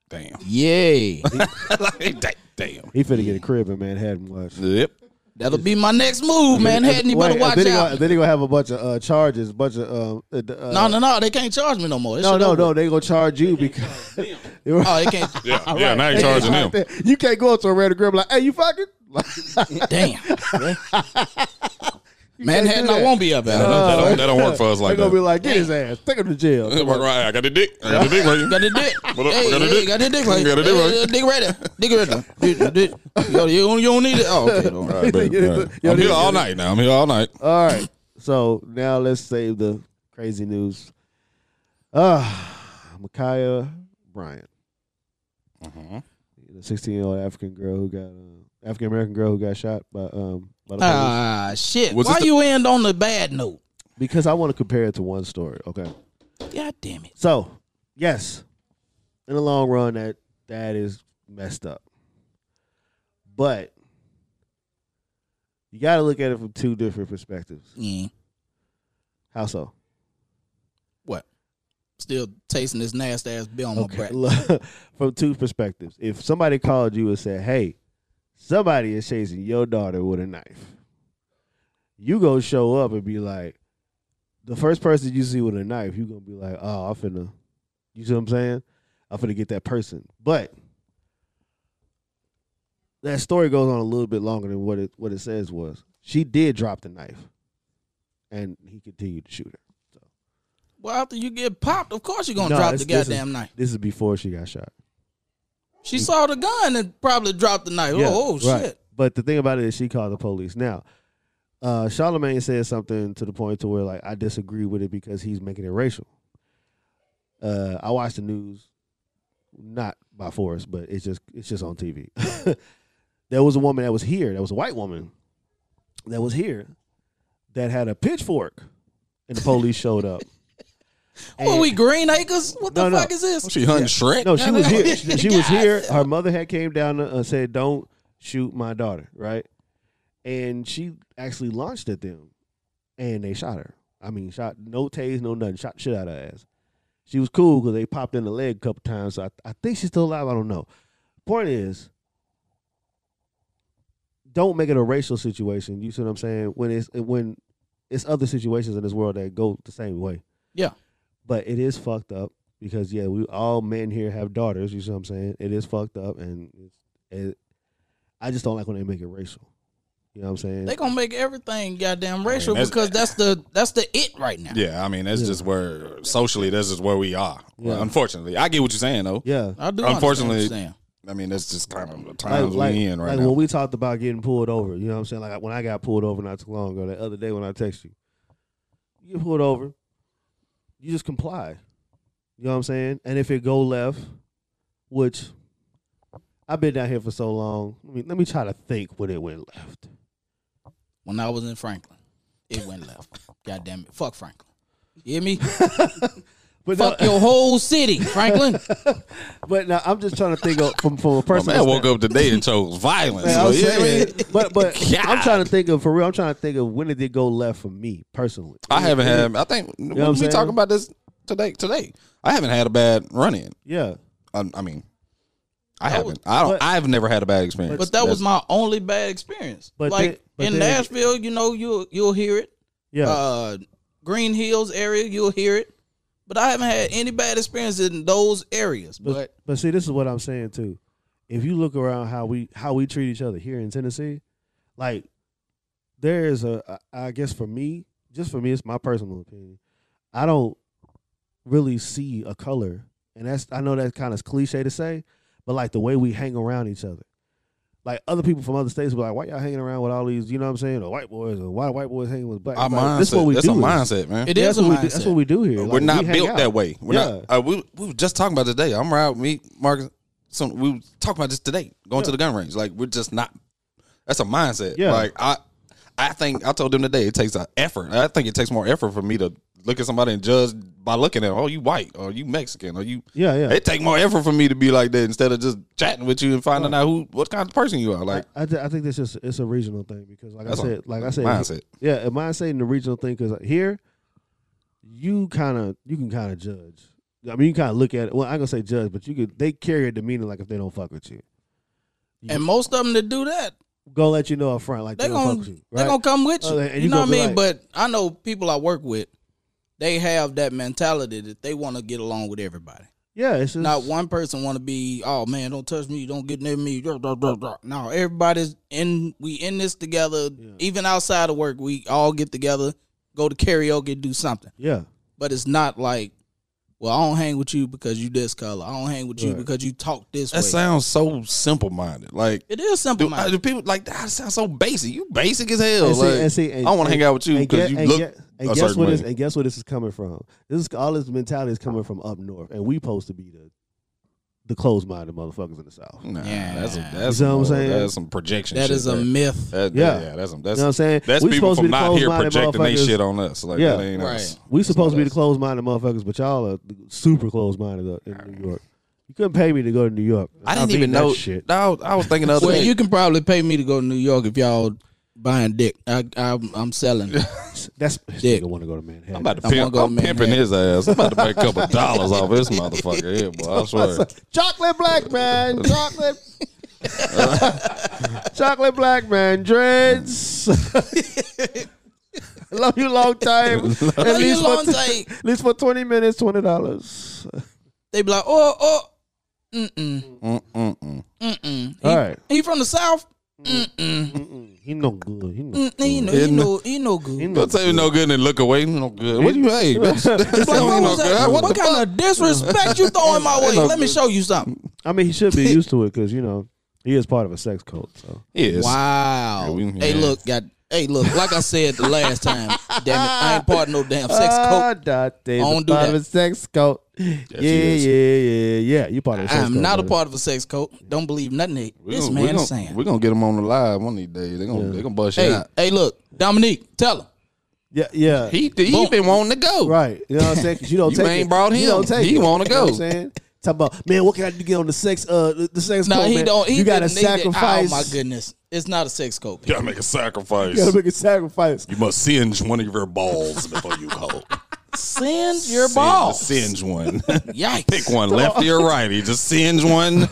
damn. Yay. [LAUGHS] like, da- damn. He finna get a crib in Manhattan. Watch. Yep. That'll be my next move, Manhattan. You Wait, better watch then He out. gonna, then he gonna have a bunch of uh, charges, bunch of uh, uh, d- uh, No, no, no. They can't charge me no more. That no, shit no, over. no. They gonna charge you because Oh, they can't. Yeah, yeah. Now you're [LAUGHS] charging them. You can't go up to a random girl and be like, hey, you fucking. [LAUGHS] Like, [LAUGHS] Damn. Manhattan, do that. I won't be up at That it. don't, that don't- that don't work for us they like gonna that. be like, get his ass, take him to jail. [LAUGHS] Work right, I got the dick. I got the dick right here. Got [LAUGHS] the dick. What up? Hey, uh, Got the hey, dick? got the dick right Got the dick Hey, right. uh, Dick right there. Dick right there. Dick, dick. Yo, you, don't, you don't need it. Oh, [LAUGHS] okay. Don't. All right, [LAUGHS] baby. All right. I'm here all night now. I'm here all night. All right. So now let's save the crazy news. Uh Micaiah Bryant, Mm-hmm. the 16 year old African girl who got uh, African American girl who got shot by um by the police. Ah, shit. Was Why this the- you end on the bad note? because I want to compare it to one story. Okay. God damn it. So yes, in the long run, that that is messed up. But you got to look at it from two different perspectives. Mm. How so? What? Still tasting this nasty ass bill on my breath. Look, [LAUGHS] from two perspectives. If somebody called you and said, "Hey, somebody is chasing your daughter with a knife," you gonna show up and be like, the first person you see with a knife, you gonna be like, "Oh, I'm finna," you see what I'm saying? I'm finna get that person. But that story goes on a little bit longer than what it what it says was. She did drop the knife, and he continued to shoot her. Well, after you get popped, of course you're going to No, drop this- the this is- goddamn knife. This is before she got shot. She saw the gun and probably dropped the knife. Mm. Yeah, oh, oh, right. shit. But the thing about it is, she called the police. Now, uh, Charlemagne said something to the point to where like I disagree with it because he's making it racial. Uh, I watch the news, not by force, but it's just it's just on TV. [LAUGHS] there was a woman that was here. That was a white woman that was here that had a pitchfork, and the police showed [LAUGHS] up. What And- Oh, we Green Acres? What the No, Oh, no. fuck is this? Oh, She hunting Shrek. no, she was no. here. She, she was here. Her mother had came down and uh, said, "Don't shoot my daughter," right? And she actually launched at them, and they shot her. I mean, shot no tase, no nothing. Shot the shit out of her ass. She was cool because they popped in the leg a couple times. So I, I think she's still alive. I don't know. Point is, don't make it a racial situation. You see what I'm saying? When it's when it's other situations in this world that go the same way. Yeah. But it is fucked up because yeah, we all men here have daughters. You see what I'm saying? It is fucked up, and it's, it, I just don't like when they make it racial. You know what I'm saying? They gonna make everything goddamn racial that's- because that's the that's the it right now. Yeah, I mean that's just where socially that's just where we are. Yeah. Unfortunately, I get what you're saying though. yeah. I do. Unfortunately- understand. I mean that's just kind of the Like, times like, we in right like now. when we talked about getting pulled over, you know what I'm saying? Like when I got pulled over not too long ago, that other day when I text you, you get pulled over, you just comply. You know what I'm saying? And if it go left, which I've been down here for so long, I mean, let me try to think when it went left. when I was in Franklin, it went left. goddamn it, fuck Franklin. [LAUGHS] You hear me? But fuck no, your whole [LAUGHS] city, Franklin. but now I'm just trying to think of, from from a My personal. man woke up today and chose violence. Man, I'm so, yeah, saying, man. but [LAUGHS] but I'm God. trying to think of for real. I'm trying to think of when did it go left for me personally. I haven't had. I think what I'm we saying? talking about this today. Today, I haven't had a bad run in. Yeah, I, I mean, I haven't. I don't. but- I've never had a bad experience. But that was That's- my only bad experience. But like then- but in then- Nashville, you know, you you'll hear it. yeah. Uh, Green Hills area, you'll hear it. But I haven't had any bad experiences in those areas. But But see, this is what I'm saying too. If you look around how we how we treat each other here in Tennessee, like there is a I I guess for me, just for me, it's my personal opinion. I don't really see a color, and that's I know that's kind of cliche to say, but like the way we hang around each other. Like other people from other states will be like, why y'all hanging around with all these, you know what I'm saying, or white boys, or why white boys hanging with black? our It's like, mindset. this is what we that's do. a mindset, man. it Yeah, is that's a what we do- That's mindset. what we do here. we're Like, not we hang built out. that way. We're not. Yeah. Uh, we, we were just talking about today. I'm right. Me, Marcus. Some we were talking about this today. Going to the gun range. Like we're just not. That's a mindset. Yeah. Like I, I think I told them today. It takes an effort. I think it takes more effort for me to look at somebody and judge by looking at. Oh, you white or you Mexican or you. Yeah, yeah. It take more effort for me to be like that instead of just chatting with you and finding out who what kind of person you are. Like I, th- I think that's just it's a regional thing because like That's I all. said, like I said, Mindset. yeah, and mindset and the regional thing because here you kind of you can kind of judge. I mean, you kind of look at it. Well, I'm gonna say judge, but you could. They carry a demeanor like if they don't fuck with you, And most of them that do that, go let you know up front like they, they don't gonna fuck with you. they right? gonna come with you. Oh, and you, you know what gonna I be mean? like- but I know people I work with, they have that mentality that they want to get along with everybody. yeah, it's just, Not one person want to be, oh man, don't touch me, don't get near me. blah, blah, blah, blah." No, everybody's in. We in this together. Even outside of work, we all get together, go to karaoke, do something. Yeah, But it's not like, well, I don't hang with you because you this color. I don't hang with you Right. because you talk this That way. sounds so simple minded. Like it is simple. do, I- do people like that sounds so basic. You basic as hell. And see- like, and see, and- I don't want to and- hang out with you and because guess- you and look guess- and a guess certain what way. this and guess where this is coming from. This is all this mentality is coming from up north, and we supposed to be the the closed minded motherfuckers in the south. Nah, Yeah. that's a, that's You know what some- I'm saying? That's some projection. That shit is a there. myth. That- Yeah. yeah, that's some, that's You know what I'm saying? that's We people supposed to from be the not here closed-minded projecting they motherfuckers. shit on us. Like Yeah. that ain't Right. us. We That's supposed to be not the closed minded motherfuckers, but y'all are super closed minded in New York. You couldn't pay me to go to New us. York. I didn't mean even that know. shit. I was, I was thinking the other Well, day. you can probably pay me to go to New York if y'all buying dick. I, I'm, I'm selling. That's Dick. dick. want to go to Manhattan. I'm about to I'm pimp. gonna go I'm man pimping hand. his ass. I'm about to make a [LAUGHS] couple dollars off this motherfucker. Yeah, boy, I swear. chocolate [LAUGHS] black man, chocolate, [LAUGHS] chocolate black [LAUGHS] man, dreads. Love you long time. At [LAUGHS] At least for long take. at least for twenty minutes, twenty dollars. They be like, oh, oh, mm-mm, Mm-mm-mm. mm-mm. He, All right, he from the south? Mm-mm. Mm, he no good. He no. Mm, he, no, he, Mm-hmm. no, he no good. He no Don't say you no good and look away. You No good. What do you [LAUGHS] hey? bitch? That Like, don't what mean no was good. that? What What the kind fuck? of disrespect you [LAUGHS] throwing my way? Let me show you something. I mean, he should be used to it because you know he is part of a sex cult. So Yes. Wow. Yeah, we- Hey, yeah. look, got. Hey, look, like I said the last time, damn it, I ain't part of no [LAUGHS] damn sex Ah, cult. that they the Don't do part that. of a sex cult. yeah, is. yeah, yeah, yeah. You part of a sex cult. I'm not a brother. part of a sex cult. Don't believe nothing that We this gonna- we man gonna, is saying. We're gonna get them on the live one of these days. They're gonna they gonna bust shit Hey, out. hey, look, Dominique, tell him. Yeah, yeah. He he Boom. been wanting to go. Right. You know what I'm saying? 'Cause you [LAUGHS] don't You take ain't it. brought You him. don't take He it. wanna You know go. what I'm saying? Talk about, man, what can I do to get on the sex uh the, the sex No, cult, he man? don't. He you gotta didn't need it. sacrifice. Oh my goodness, it's not a sex cult. You gotta make a sacrifice. [LAUGHS] You gotta make a sacrifice. You must singe one of your balls before you [LAUGHS] go. Send your balls. Singe [LAUGHS] one. Yikes. Pick one, lefty or righty. Just singe [LAUGHS] one.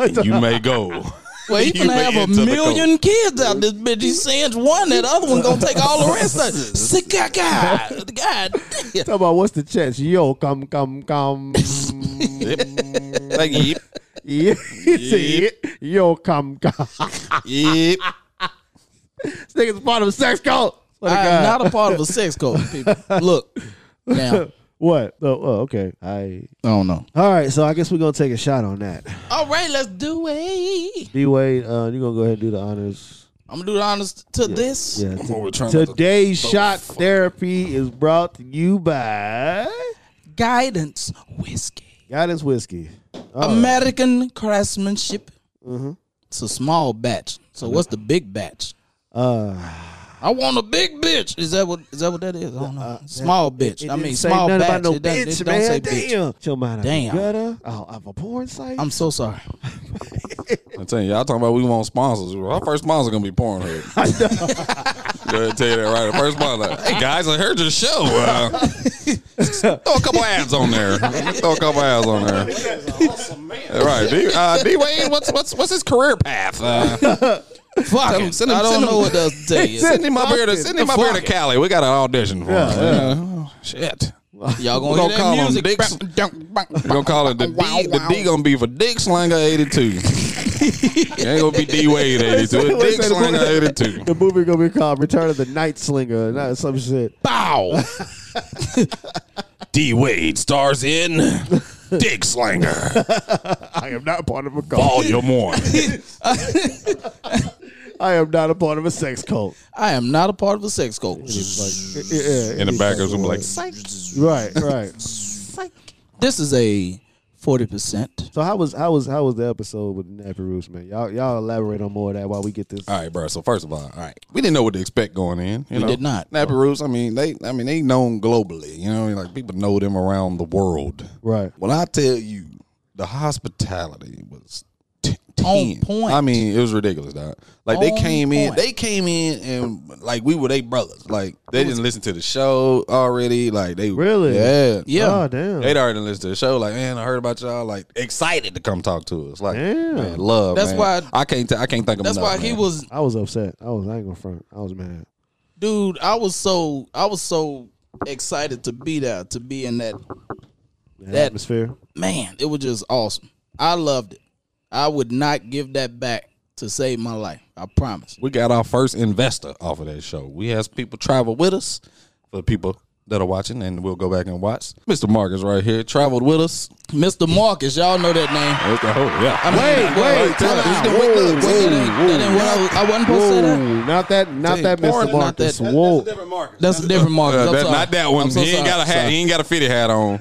and you may go. Well, he You gonna may have enter a the million kids out this bitch. He sends one, that other one gonna take all the rest [LAUGHS] of it. Sick [LAUGHS] guy, God, God. damn. Talk about what's the chance? Yo, come, come, [LAUGHS] come. cult. Yep. Like, yep, yeah. [LAUGHS] See it? Yo, come, come. [LAUGHS] this yep. nigga's part of a sex cult. What I am not a part of a sex cult. People. Look, [LAUGHS] now I what? Oh, oh, okay. I don't know. all right. So I guess we're gonna take a shot on that. All right, let's do it. D Wade, uh, you're gonna go ahead and do the honors. I'm gonna do the honors to this. Yeah. Well, we're trying not to- Today's shot therapy is brought to you by. Guidance whiskey, Guidance whiskey. American craftsmanship. It's a small batch. So what's the big batch? Uh, I want a big bitch. Is that what is that what that is? I don't know. small it bitch. I didn't mean, say small nothing batch. about no it doesn't, it bitch, don't man. say bitch. Damn. Chill mind out Damn. the gutter. Oh, I'm a porn site. I'm so sorry. I'm telling you, y'all talking about we want sponsors. Well, Our first sponsor gonna be Pornhub. [LAUGHS] I know. Go ahead and tell you that right. The first sponsor. Like, hey guys, I heard your show. [LAUGHS] Uh, throw a couple ads on there. Throw a couple ads on there. Right, D, uh, D Wayne, what's what's what's his career path? Uh, Fuck. him- it. send him- I don't send him- know what else to tell you. [LAUGHS] send him up here to send him up here to Cali. We got an audition for him. Oh, shit, Y'all We're gonna, gonna hear call that him music. Dix. Dix. we're gonna call it the D. The D gonna be for Dick Slinger eighty [LAUGHS] two. it ain't gonna be D Wade eighty two. Dick Slinger eighty two. the movie gonna be called Return of the Night Slinger, not some shit. [LAUGHS] Bow. D Wade stars in Dick Slanger. I am not part of a cult. Volume one. I am not a part of a sex cult. I am not a part of a sex cult. Yeah, yeah, [LAUGHS] In the yeah. back of them like Right, right. This is a forty percent. So how was how was how was the episode with Nappy Roots, man? Y'all y'all elaborate on more of that while we get Uh, this. All right, bro. So first of all, all right, we didn't know what to expect going in. You We know? did not. Nappy Roots. I mean, they. I mean, they known globally. You know, like people know them around the world. Right. When I tell you, the hospitality was t- on point. I mean, it was ridiculous, dog. Like they On came in, point. they came in, and like we were they brothers. Like they didn't listen to the show already. Like they Really? yeah, Yeah. Oh damn. They'd already listened to the show. Like, man, I heard about y'all. Like, excited to come talk to us. Like, Damn. man, love. That's man. why- I can't. T- I can't thank him. That's enough, why he man. was, I was upset. I was I ain't gonna front. I was mad. dude. I was so, I was so excited to be there, to be in that. The That- atmosphere. Man, it was just awesome. I loved it. I would not give that back to save my life. I promise. We got our first investor off of that show. We has people travel with us for the people that are watching, and we'll go back and watch. Mr. Marcus right here traveled with us. Mr. Marcus, y'all know that name. That's the whole- yeah. I mean, Wait, well, wait, time well, out. that ain't- Whoa, look, that ain't- that ain't what I was- I wasn't supposed to say that. Whoa, not that, not Dang, that, porn, Mr. not Marcus. that- Whoa, That's a different market. That's a different Marcus. Uh, I'm that- sorry. not that one. I'm so he ain't sorry. got a hat. Sorry. He ain't got a fitted hat [LAUGHS] on.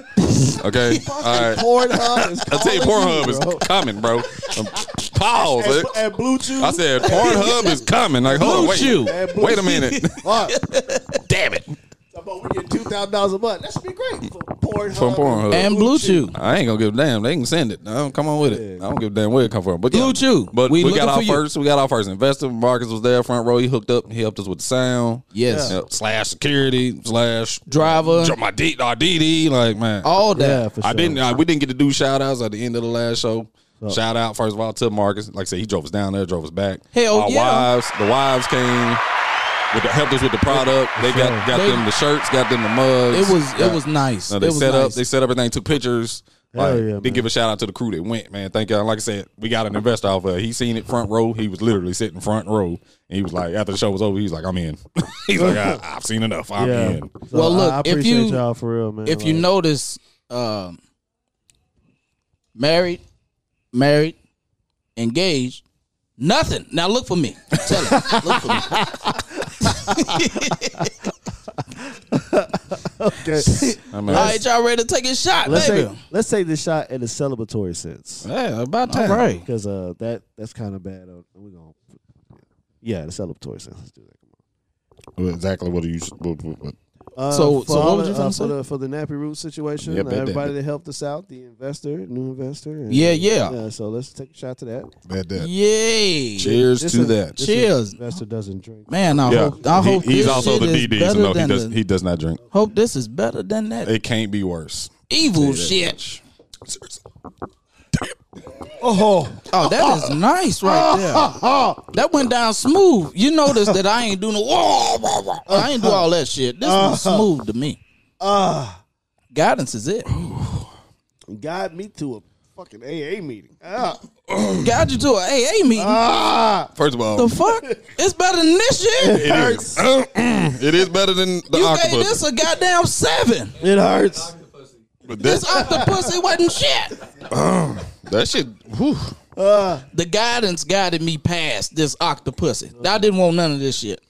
Okay. All right. Pornhub is [LAUGHS] I tell you, Pornhub is bro. coming, bro. Um, Pause. eh? At Blue Chew. I said Pornhub is coming. Like, hold on, wait, Chew. wait a minute. [LAUGHS] [LAUGHS] Damn it! But we get two thousand dollars a month. That should be great for Pornhub. From Pornhub. and Blue Chew. I ain't gonna give a damn. They can send it. I don't come on with it. I don't give a damn where it come from. But yeah, Blue Chew. But we, We got looking our for you. first. We got our first investor. Marcus was there front row. He hooked up. He helped us with the sound. Yes. Yep. Slash security. Slash Driver. my D our DD. Like man, All that. Yeah, for sure. I didn't. I, we didn't get to do shout outs at the end of the last show. Shout out first of all to Marcus. Like I said, he drove us down there, drove us back. Hell Our yeah. wives, the wives came with the helped us with the product. They got got They- them the shirts, got them the mugs. It was Got- it was nice. No, they it was set up. nice. They set up everything. Took pictures. Hell Like, yeah, they man. give a shout out to the crew that went, man. Thank y'all. Like I said, we got an investor off of it. He seen it front row. He was literally sitting front row. And he was like, after the show was over, he's like, I'm in. [LAUGHS] he's like, I, I've seen enough. I'm Yeah. in. So Well, look, I, I if appreciate you- all for real, man. if you Like, notice, um, married, married, engaged, nothing. Now look for me. Tell him. Look for me. [LAUGHS] okay, I'm All in. right, y'all ready to take a shot, let's baby? take let's take this shot in a celebratory sense Yeah, about time. All right. because uh, that that's kind of bad. Uh, we gonna yeah, the celebratory sense. Let's do that. Exactly what you. What, what, what. Uh, So- for so what all was the- you finna uh, say? for the for the nappy root situation? Yeah, uh, bet that- everybody bet- that helped us out, the investor, new investor. and- Yeah, yeah. Yeah, so let's take a shot to that. Yay. Cheers This to is- that. this Cheers. Investor doesn't drink. Man, I Yeah, hope I He- hope he's this also shit the is DD. better So no, he than does. the- He does not drink. hope this is better than that It can't be worse. evil shit. Seriously. Oh, that is nice right there. That went down smooth. You notice that I ain't doing no. I ain't do all that shit. This was smooth to me. Guidance is it. Guide me to a fucking AA meeting. Guide you to a AA meeting. Ah! First of all, the fuck? It's better than this shit. it is. [CLEARS THROAT] it is better than the You gave octopus. this a goddamn seven. It hurts. but This that, octopus it wasn't shit. that shit. Whew. The guidance guided me past this octopus. I didn't want none of this shit.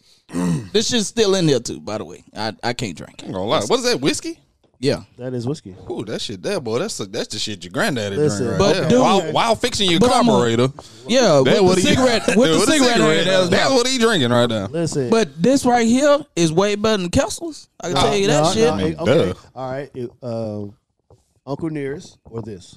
This shit's still in there too, by the way. I, I can't drink. I ain't gonna lie. What is that whiskey? Yeah. That is whiskey. Ooh, that shit, that boy, that's that's the shit your granddaddy Listen, drink right But there. dude- while, while fixing your But I'm a- carburetor, Yeah, [LAUGHS] that with what the he- cigarette, with the cigarette, in there, that's what he drinking right now. Listen. But this right here is way better than Kessel's. I can tell you that No, shit. no, it- Duh. okay. All right. it- um, Uncle Nearest or this?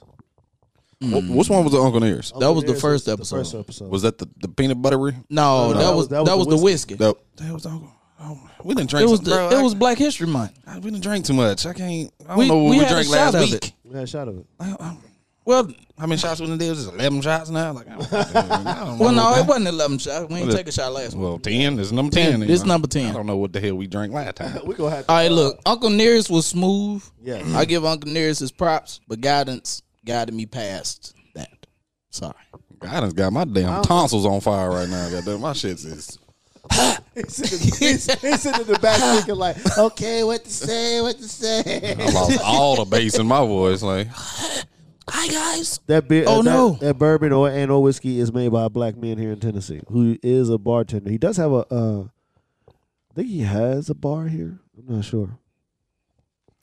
Mm. Wh- Which one was the Uncle Nearest? Uncle was the Nearest first The episode. first episode. Was that the, the peanut buttery? No, that was that was, the whiskey. That, that was the Uncle. oh, we didn't drink. It was some- the, bro, I- it was Black History Month. I- we didn't drink too much. I can't. I don't We- know what we we, had a drank shot last of week. it. we had a shot of it. I- I- Well, how many shots we done did? Was it eleven shots now? Like, I don't, I don't know well, no, what it wasn't eleven shot. We ain't What take a shot last the- one. well, ten. This is number ten. This you know. number 10. I don't know what the hell we drank last time. [LAUGHS] We gonna [LAUGHS] have. To, All right, look, Uncle Nearest was smooth. Yeah. I give Uncle Nearest his props, but guidance guided me past that. Sorry. God has got my damn tonsils on fire right now. Goddamn, my shit's is. he's, sitting, he's, he's sitting in the [LAUGHS] back thinking like, okay, what to say? What to say? I lost all the bass in my voice. Like, Hi guys. That beer, Oh, uh, that, no. that bourbon or and or whiskey is made by a black man here in Tennessee who is a bartender. He does have a, uh, I think he has a bar here. I'm not sure.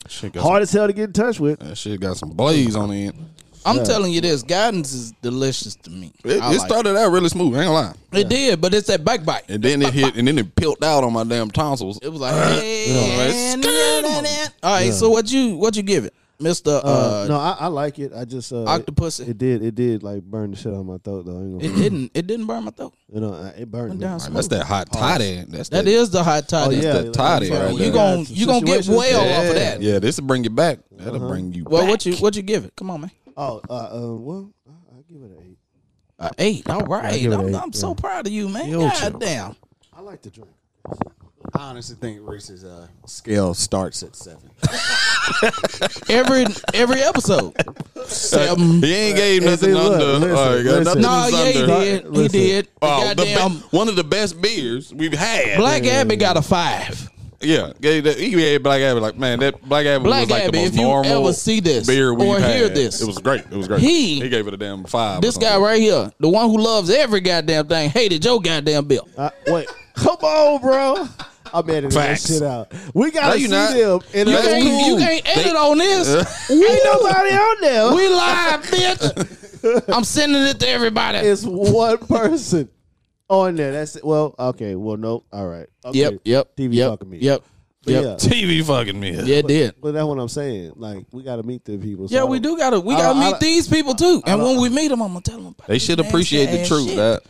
shit got Hard as hell to get in touch with. some, that shit got some blaze on the end. I'm telling you this, guidance is delicious to me. It, I it like started out really smooth. I ain't gonna lie. it. It did, but it's that backbite. And then it hit, and then it peeled out on my damn tonsils. Uh, It was like, hey, and- all right. So what you what you give it? Mr. Uh, Uh, no, I, I like it. I just uh, it, Octopus. It, it did it did like burn the shit out of my throat though. I ain't gonna front. didn't. It didn't burn my throat. You know, I- it burned Went me. down All right, smooth. that's that hot toddy. That's That that- is the hot Oh toddy. yeah, the toddy that's right what there. You I'm gon' saying. you gonna get Situations well that- off of that. Uh-huh. Yeah, this will bring you back. That'll bring you. Well, back. what you what you give it? Come on, man. Oh, uh, uh, well, I, I give it an eight. A Uh, eight. All right. give it I'm, eight, I'm so yeah. proud of you, man. Yo, God chill. damn. I like the drink. I honestly think Reese's uh, scale starts at seven. Every every episode. [LAUGHS] Seven. He ain't gave nothing look, under. listen, all right, got nothing listen. No, yeah, he under. did. He Listen. did. The Oh, the be- goddamn one of the best beers we've had. Black Abbey got a five. yeah, gave that, he had Black Abbey. Like man, that Black Abbey Black was like Abbey, the most if you normal ever see this beer we've or hear had. this, it was great. It was great. he- he gave it a damn five. or This guy something. right here, the one who loves every goddamn thing, hated your goddamn bill. Uh, wait, come on, bro. I'm editing Facts. that shit out. We gotta No, you see not. them. And You That's can't, cool. you can't edit They- on this. we ain't nobody on there. we live, bitch. I'm sending it to everybody. it's one person on there. That's it. Well, okay. Well, nope. All right. Okay. yep, yep, TV yep, fucking me. Yep, But yep. yeah. TV fucking me. Yeah, it did. But that's what I'm saying. Like, we gotta meet the people. so Yeah, I we don't- do gotta we I gotta don't- I meet don't- these people too. And when we meet them, I'm gonna tell them. About They should this appreciate the nasty truth. ass That.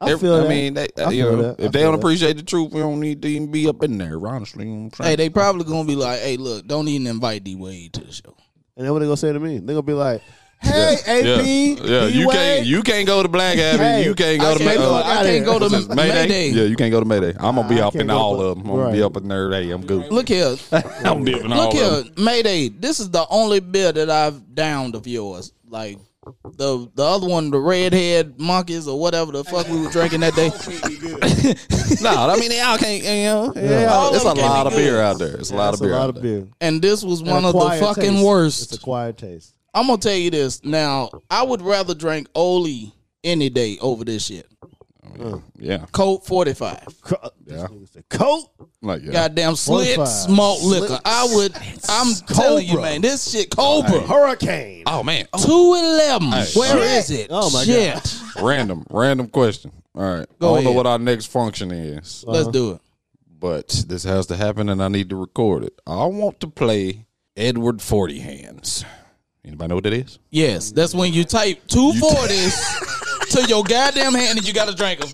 I feel that. mean, they, I you feel know, that. I if they feel don't that. appreciate the truth, we don't need to even be up in there. Honestly, you know what I'm shit. Hey, saying? they probably gonna be like, "Hey, look, don't even invite D Wade to the show." And then what they gonna say to me? They gonna be like, "Hey, AP, yeah, yeah. you can't you can't go to Black Abbey. Hey, you can't go I to can't May- go- uh, I can't go what's to this, [LAUGHS] Mayday? Yeah, Mayday. you can't go to Mayday. I'm gonna be I up can't in go all to- of them. I'm gonna be right. up in there. Hey, I'm good. Look here, I'm dipping all Look of here, [LAUGHS] them. Mayday. This is the only bill that I've downed of yours. Like the the other one, the redhead monkeys or whatever the fuck we were drinking [LAUGHS] that day. [LAUGHS] no, I mean they all can't. You know, all yeah, of it's a them can't lot be of beer good. out there. It's a lot of That's beer. a lot out there. of beer. And this was And one a of the quiet fucking taste. worst. It's a quiet taste. I'm gonna tell you this now. I would rather drink Oli any day over this shit. Yeah, Colt 45, yeah. Coat. Like yeah. goddamn slit 45. smoke liquor. I would. I'm telling you, Cobra. man. This shit Cobra. Hurricane. Oh man, Oh, Two eleven. Where is Hey. it? Oh, my God. shit. random, random question. All right, I Go don't know ahead. what our next function is. Let's Uh-huh. do it. but this has to happen and I need to record it. I want to play Edward Forty Hands. Anybody know what that is? Yes, that's when you type two forties [LAUGHS] to your goddamn hand and you gotta drink them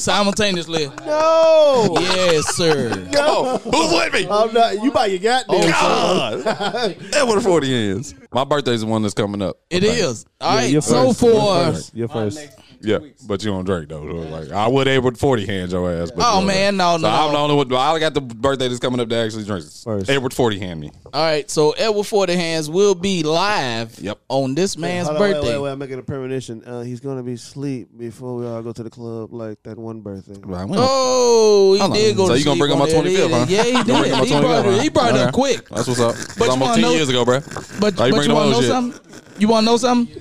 simultaneously. No. Yes, sir. Come on, who's with me? Oh, I'm not. You buy your goddamn. [LAUGHS] God. Edward Forty Hands. My birthday's the one that's coming up. It is. All right. You're so first. for You're first. You're first. Yeah, but you don't drink though. So like I would Edward Forty Hands your ass. But Oh, you don't man, drink. no, So no. I'm the only one. I got the birthday that's coming up that actually drinks. First. Edward Forty Hand me. all right, so Edward Forty Hands will be live Yep. on this man's Hold on, birthday. Wait, wait, wait, I'm making a premonition. Uh, he's gonna be asleep before we all go to the club, like that one birthday. Oh, he Hold on. did go. So to you gonna sleep bring up on my that. 25th, huh? Yeah, he You gonna bring up my did. He brought 25th, it. huh? He brought it Okay. Oh, up quick. That's what's up. you But I'm wanna ten know- years ago, bro. But, Why you but bringing you up want to my know own shit? something? You want to know something?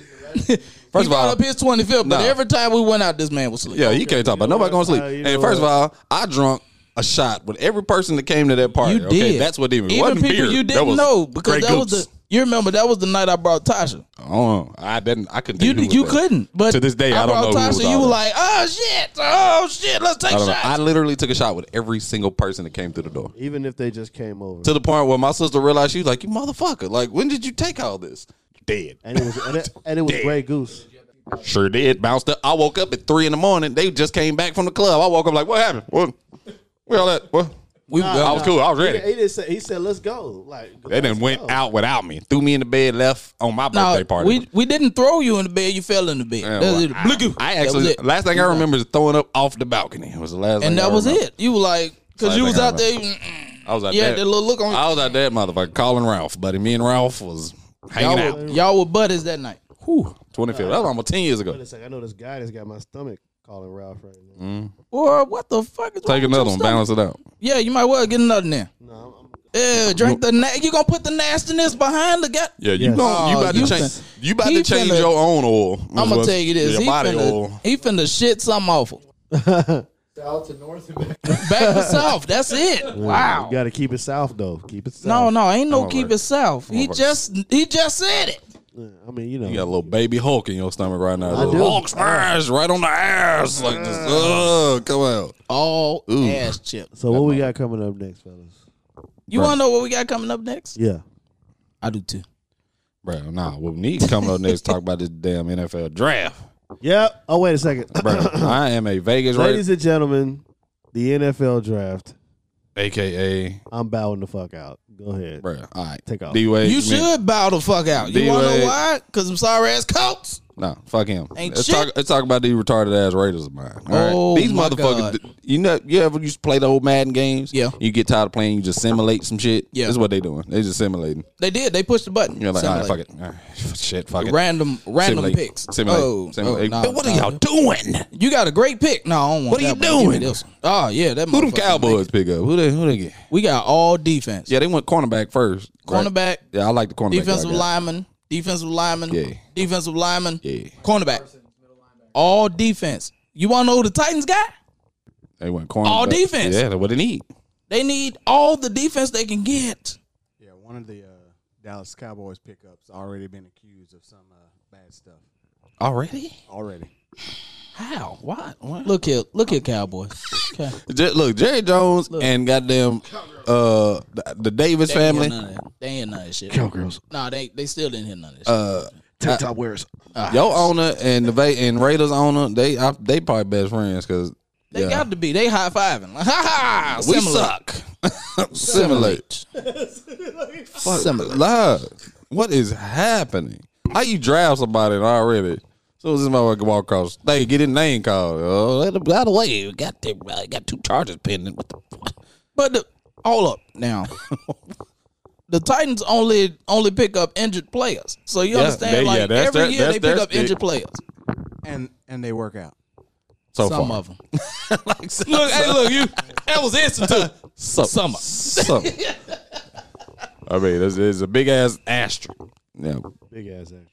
First he of all, brought up his 25th, but Nah. every time we went out, this man was asleep. Yeah, you can't talk about nobody going to sleep. Uh, you and know first what? of all, I drunk a shot with every person that came to that party. You okay, did. that's what even. Even wasn't people beer. you That didn't was know because Grey that was Goose. the. You remember that was the night I brought Tasha. I don't know. I didn't. I couldn't. You tell you who you was there. couldn't. But To this day, I don't brought know who Tasha. was you all were there. like, oh shit, oh shit, let's take I don't know. shots. I literally took a shot with every single person that came through the door. Even if they just came over. To the point where my sister realized she was like, "You motherfucker! Like, when did you take all this?" Dead. and it was and it, and it was Grey Goose. Sure did. Bounced up. I woke up at three in the morning. They just came back from the club. I woke up like, "What happened? What? Where all that? What?" we I was cool. I was He, ready. he didn't say. He said, "Let's go." Like They then let's went go. out without me. Threw me in the bed. Left on my No, birthday party. we we didn't throw you in the bed. You fell in the bed. Yeah, That's well, it. I- Blicky. I, That was actually it. last thing I remember is throwing up off the balcony. It was the last, thing and I that was remember. it. You were like, because Last you thing was I out there. remember. mm, I was like, You yeah, had that little look on. I was out there, motherfucker, calling Ralph, buddy. Me and Ralph was hanging Y'all were, out. y'all were buddies that night. Twenty fifth. That was almost ten years But ago. it's like I know this guy that's got my stomach calling Ralph right now. Mm. Or what the fuck is wrong Take with another your one, stomach? balance it out. Yeah, you might well get another in there. No, I'm, I'm, Yeah, drink the na- you gonna put the nastiness behind the gut. Yeah, you Yes. gon- you Oh, about to you change. fin- you about he to change finna- your own oil. Which I'm gonna was tell you this. Your He body finna, oil. he finna shit something awful. South to north and back. Back to south. [LAUGHS] That's it. Wow. You got to keep it south though. Keep it No, south. no, ain't no I'm keep over it. it south. He over it. just he just said it. no. I mean, you know, You got a little baby Hulk in your stomach right now. I Little do. Hulk smash right on the ass like this. Ugh, come out. All ass chips. So what we got coming up next, fellas? You wanna know what we got coming up next? Yeah. I do too. Bro, nah, we need to come up next talk about this damn NFL draft. Yep. Oh, wait a second. Bro, [COUGHS] [LAUGHS] I am a Vegas Ladies Raiders, and gentlemen, the NFL draft. aka I'm bowing the fuck out. Go ahead. bro. All right, Take off. D Wade, You should bow the fuck out. You want to know D-Wade. why? Because I'm sorry ass Colts. No, fuck him. Ain't let's shit. talk. Let's talk about these retarded ass Raiders of mine. all right? Oh, these my motherfuckers. You know, you ever used to play the old Madden games? Yeah. You get tired of playing. You just simulate some shit. Yeah. That's what they doing. They just simulating. They did. They pushed the button. You're like, all right, Simulate. fuck it. All right, [LAUGHS] shit, fuck it. Random, random Simulate. picks. Simulate. Oh, Simulate. oh, nah, But what are nah. y'all doing? You got a great pick. No, I don't want What are that you one. Give me doing? this one. Oh yeah, that Who them motherfucker. Cowboys pick up? Who they? Who they get? We got all defense. Yeah, they went cornerback first. right? Cornerback, Yeah, I like the cornerback. defensive y'all got. lineman, defensive lineman, Yeah. defensive lineman, Yeah. cornerback. All defense. You want to know who the Titans got? They went cornerback. All defense. Yeah, that's what they need. They need all the defense they can get. Yeah, one of the uh, Dallas Cowboys pickups already been accused of some uh, bad stuff Already? already. How? What? Look here, look here, Cowboys. Okay. Jer- look, Jerry Jones and goddamn uh the, the Davis They ain't hear family. none of that. They ain't none of that shit. Uh, Cowgirls. Nah, they they still didn't hear none of this. Tank top wearers. uh, Your owner and the Va- and Raiders owner, they I, they probably best friends because shit. They got to be. They high fiving. [LAUGHS] Like, ha ha. we assimilate. suck. [LAUGHS] Simulate. Fuck, Lie. What is happening? How you draft somebody already? So this motherfucker walk across. They get his name called. Oh, let him- by the way, you got the, uh, got two charges pending. What the fuck? But the, hold up [LAUGHS] now. the Titans only only pick up injured players. So you Yeah, understand? they- like yeah, that's every their- year that's they their pick up stick. injured players. And and they work out. So Some far. [LAUGHS] of them. look, hey, look, you. That was institute. So, Summer. Summer. [LAUGHS] I mean, it's, it's a big ass asterisk. Yeah. Big ass action.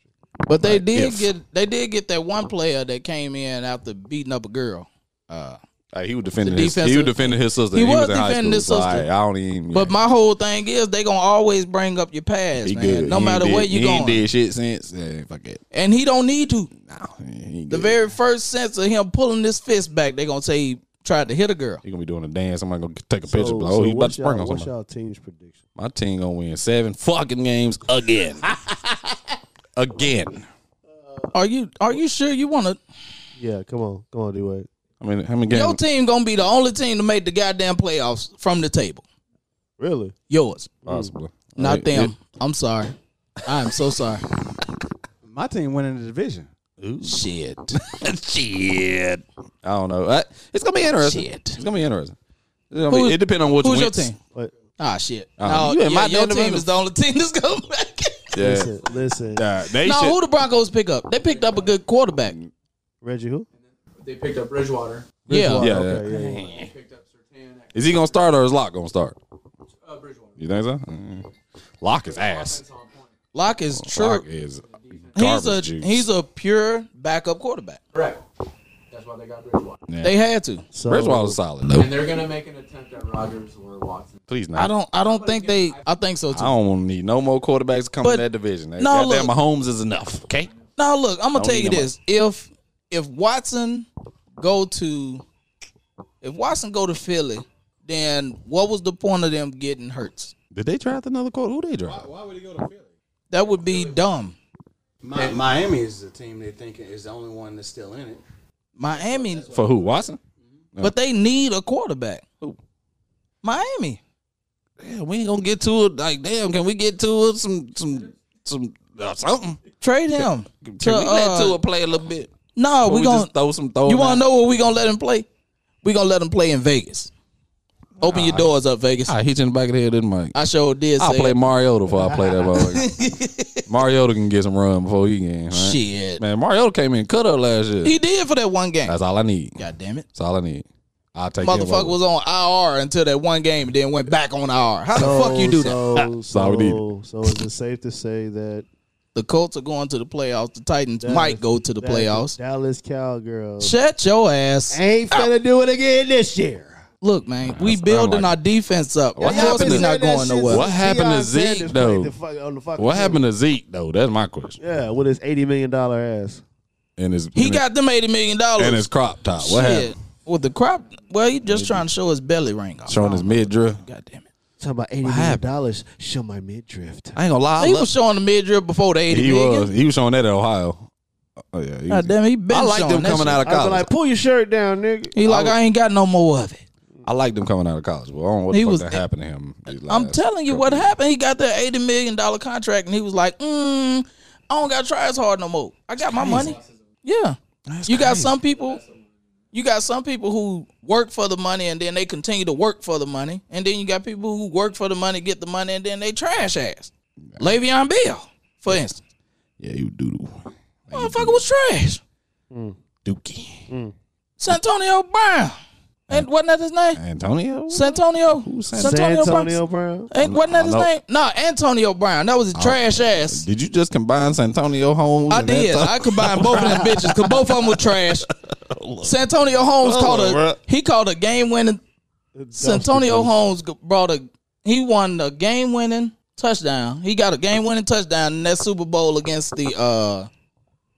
But they did if. get they did get that one player that came in after beating up a girl. Like, Uh, he was defending The his he was defensive- defending his sister. He He, was was, in high defending school, his so sister. I, I don't even. But my whole thing is they gonna always bring up your past, he man. good. No He matter ain't where did- you he going, ain't did shit since. Yeah, fuck it. and he don't need to. Nah, he ain't The good. very first sense of him pulling his fist back, they gonna say he tried to hit a girl. He gonna be doing a dance. Somebody gonna take a So, picture. like, oh, so he's about to what's spring y'all, on what's somebody. y'all team's prediction? My team gonna win seven fucking games [LAUGHS] again. again. Are you are you sure you wanna Yeah, come on. Come on, D-Wade. I mean, how many Your games? team gonna be the only team to make the goddamn playoffs from the table. Really? Yours, Possibly. not It- them. I'm sorry. I'm [LAUGHS] so sorry. My team winning the division. Shit. it- shit. I don't know. I- it's gonna be interesting. [LAUGHS] Shit. It's gonna be interesting. It's gonna be- Who's- it depends on what Who's you your win. team? Wait, Ah, shit. Oh, no, you in yeah, my your damn team is division. the only team that's going back. Yeah. listen, listen. Nah, they no, should- who the Broncos pick up? They picked up a good quarterback. Reggie who? They picked up Bridgewater. yeah, Yeah. yeah. Okay, yeah, yeah. They picked up Sertan. Is he gonna start or is Locke gonna start? Uh, Bridgewater. You think so? Mm. Locke is ass. That's on point. Locke is sure. Locke Oh, is garbage He's a juice. he's a pure backup quarterback. Correct. That's why they got Bridgewater. Yeah. They had to. So, Bridgewater's solid. And they're gonna make an attempt at Rogers or Watson. Please not. I don't I don't think they I think so I too. don't want to need no more quarterbacks coming But- in that division. No, no, Goddamn, look. Mahomes is enough. Okay. Now look, I'm gonna don't tell need you no this: if if Watson go to if Watson go to Philly, then what was the point of them getting Hurts? Did they draft another quarter? Who they draft? Why would he go to Philly? That would be dumb. My, Miami is the team they think is the only one that's still in it. Miami, For who? Watson? but they need a quarterback. Who? Miami. Yeah, we ain't gonna get to it. Like, damn, can we get to it? Some, some, some, uh, something. Trade him. to, Can we let uh, to it play a little bit? no, Or we we gonna. just throw some throw. You want to know where we gonna let him play? We gonna let him play in Vegas. Open your doors up, Vegas. All right, hit you in the Ah, back of the head, didn't Mike? I sure did. I'll say play it. Mariota before I play that ball. [LAUGHS] Mariota can get some run before he can. Right? shit. Man, Mariota came in and cut up last year. He did for that one game. That's all I need. God damn it. That's all I need. I'll take him motherfucker over. was on IR until that one game and then went back on IR. How the fuck you do that? so, all we So, so is it safe to say that The Colts are going to the playoffs. The Titans Dallas- might go to the that playoffs. Dallas Cowgirls Shut your ass. ain't finna do it again this year. Look, man, we what I'm building like. our defense up. What Of course happened we to- not going nowhere. What happened to Zeke, though? What happened to Zeke though? That's my question. Yeah, with his eighty million dollar ass. And his He and got them $80 million. his, and his crop top. What happened? With the crop, well, he just trying to show his belly ring off. Showing his mid drill. God damn it. talking about eighty million happened? dollars. Show my midriff. I ain't gonna lie. I He love- was showing the mid drip before the 80 he million. was. He was showing that at Ohio. Oh yeah. he God was- damn, he been I like showing them that coming shit. out of I was college. like, pull your shirt down, nigga. He like, I ain't got no more of it. I like them coming out of college. Well, I don't know what the He fuck was- that happened to him. these I'm last telling you couple what years. happened. He got that eighty million dollar contract, and he was like, mm, "I don't got to try as hard no more. I got my money." Yeah, you got some people. You got some people who work for the money, and then they continue to work for the money, and then you got people who work for the money, get the money, and then they trash ass. Le'Veon Bell, for instance, Yeah, you doodle. motherfucker was trash. Dookie. Mm. Santonio Brown, and wasn't that his name? Antonio? Santonio. Santonio Brown. Oh. Santonio Brown. Ain't wasn't that his I know. name? No, Antonio Brown. That was his trash ass. Did you just combine Santonio Holmes? I and did. Anto- I combined both of them bitches because both of them [LAUGHS] were trash. Santonio Holmes Hold called on, a bruh. he called a game winning. Santonio Holmes g- brought a he won a game winning touchdown. He got a game winning touchdown in that Super Bowl against the uh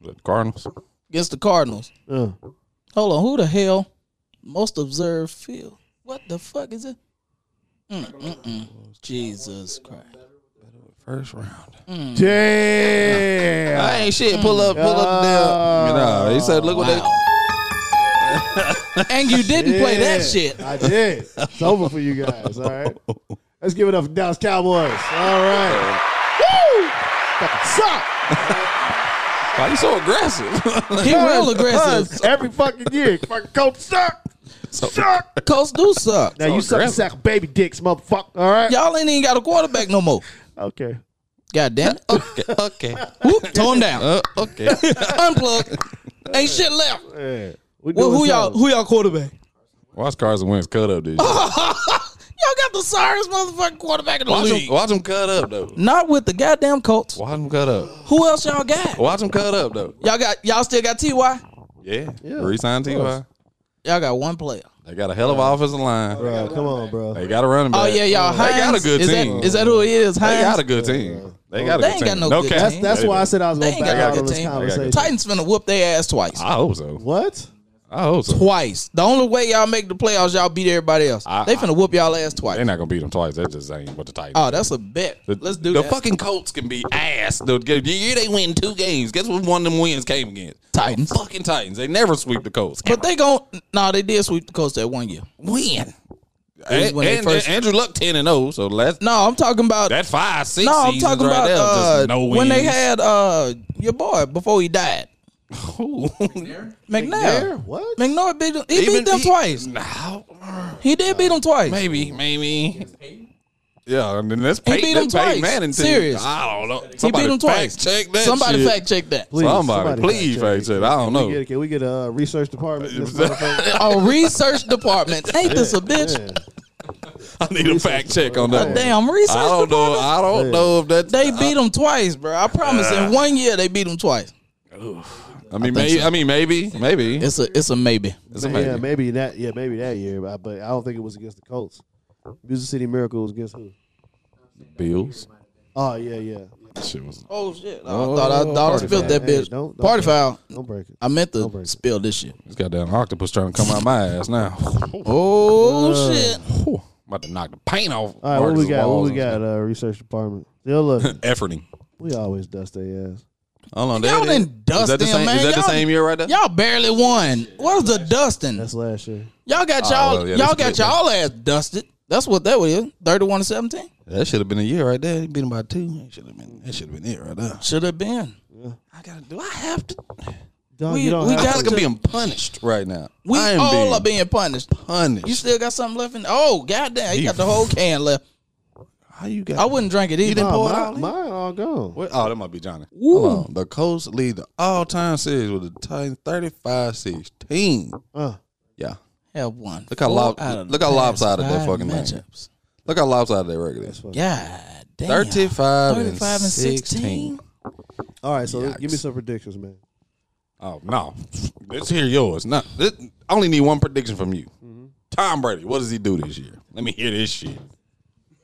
The Cardinals. against the Cardinals. Uh, Hold on, who the hell most observed field? What the fuck is it? Mm-mm-mm. Jesus Christ! First round. Damn. I ain't shit. Pull up, pull up there. You know, he said, look what they. [LAUGHS] and you didn't play that Yeah, shit. I did. It's over for you guys. All right. Let's give it up for Dallas Cowboys. All right. Woo! Fucking Suck. Why you so aggressive? [LAUGHS] He real aggressive. Every fucking [LAUGHS] year. Fucking coach suck. Suck. Colts do suck. Now you suck a aggressive. sack of baby dicks, motherfucker. All right. Y'all ain't even got a quarterback no more. Okay. God damn it. okay. Okay. Whoop, tone down. Uh, okay. Unplug. Ain't shit left. Yeah. We Well, doing who y'all something. who y'all quarterback? [LAUGHS] Watch Carson Wentz cut up, dude. Y'all got the sorriest motherfucking quarterback in the Watch league. him, watch him cut up, though. Not with the goddamn Colts. Watch him cut up. Who else y'all got? Watch him cut up, though. Y'all got y'all still got Ty. Y'all Yeah. Yeah, Resign of course. T.Y. got one player. They got a hell of an offensive line. Bro, come on, bro. They got a running back. Oh yeah, y'all. They got a Hines? good is team. That, is that who it is? They got Hines? a good team. They got a They good ain't team. got no good cap. team. That's that's why I said I was They going ain't to got back no out good on this team. conversation. Titans finna whoop their ass twice. I hope so. What? I hope so. Twice. The only way y'all make the playoffs, y'all beat everybody else. I- they finna whoop y'all ass twice. They're not gonna beat them twice. That just ain't what the Titans. Oh, that's a bet. the, Let's do the that. fucking Colts can be ass. The, the year they win two games, guess what? One of them wins came against Titans. The fucking Titans. They never sweep the Colts. But they gon' no, they did sweep the Colts that one year. win. They And, win their and- first- Andrew Luck ten and zero. So that's No, I'm talking about that five six. no, I'm seasons talking right about there, uh, just no when they wins. had uh your boy before he died, Ooh. [LAUGHS] There? McNair. What? McNair beat them. He Even beat them he- twice. Nah, He did beat them twice. maybe, maybe. Yeah, I mean that's Peyton, beat him that's Peyton twice. Manning team. Serious. I don't know. he beat Somebody them twice. fact Check that. Somebody shit. fact check that. Please, Somebody, please fact fact check. check. I don't Can we know. get- Can we get a uh, research department? in this motherfucker? Our research department. Ain't this a bitch? Yeah. [LAUGHS] I need a fact check on that. one. Damn research I don't department. know. I don't know if that's. They beat them twice, bro. I promise. in one year, they beat them twice. I mean, maybe. I mean, maybe, maybe. It's a it's a maybe. It's a Yeah, maybe. maybe that. Yeah, maybe that year, but I, but I don't think it was against the Colts. Music City Miracle was against who? Bills. Oh yeah, yeah. Shit was. Oh shit! I thought I, thought I spilled that Hey, bitch. don't- don't Party play. foul. Don't break it. I meant Don't to break it. spill this shit. This goddamn octopus trying to come out my ass now. Oh shit! Whew. I'm about to knock the paint off. All right, what we got? What we got? Uh, research department. Still [LAUGHS] look. Efforting. we always dust their ass. Hold on. Y'all that is- done dust Is that the them, same? man. Is that the Y'all- same year right there? Y'all barely won. What was the dusting? That's last year. Y'all got Oh, y'all well, yeah, y'all that's got good, man. y'all ass dusted. That's what that was. Thirty-one to seventeen That should have been a year right there. He beat him by two. That should have been. That should have been it right there. should have been. I gotta. Do I have to? Dog, We- you don't we have I got- feel like I'm being punished right now. We I am all being are being punished. punished. You still got something left in? Oh goddamn! You You- got the whole can left. How you got? I wouldn't drink it either. didn't Oh, pour it mine- all in? mine all gone. What? Oh, that might be Johnny. Hold on. The Colts lead the all-time series with a Titans 35-16. Uh, Yeah. Have one. Look how Four lob- out of look how the lopsided that past fucking five thing matchups. Look how lopsided that record is. God damn. 35, 35 and 16. all right, so Yikes. give me some predictions, man. Oh, no. Let's hear yours. No, this, I only need one prediction from you. Mm-hmm. Tom Brady, what does he do this year? Let me hear this shit.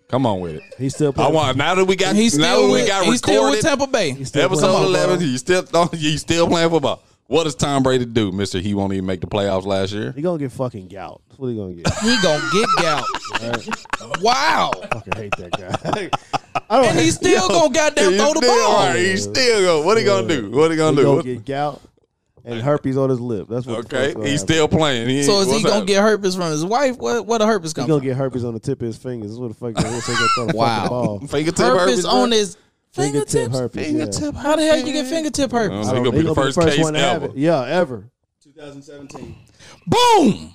Come on with it. He's still. I playing- want now that we got He's now still that with, we got he's still with recorded Tampa Bay. He's still episode playing eleven. [LAUGHS] football. You still you still playing football. What does Tom Brady do, Mister? He won't even make the playoffs last year. He gonna get fucking gout. That's what [LAUGHS] he gonna get. He gonna get gout. Wow. fucking hate that guy. I don't. And he still gonna goddamn He throw the still- ball. right, he still go. What he gonna do? What he he gonna do? gonna What- get gout and herpes on his lip. That's what. okay, the fuck's gonna he's happen. still playing. He So ain't- is he what's gonna up? get herpes from his wife? What what a herpes He come gonna from? get herpes on the tip of his fingers. That's what the fuck is. He's gonna throw the Wow. [LAUGHS] fucking ball. fingertip Herpes on bro? his Fingertip fingertips. herpes. Fingertip How the hell you get fingertip Oh, herpes? he Yeah. gonna be the first case one to have ever. it. Yeah, ever. 2017. Boom.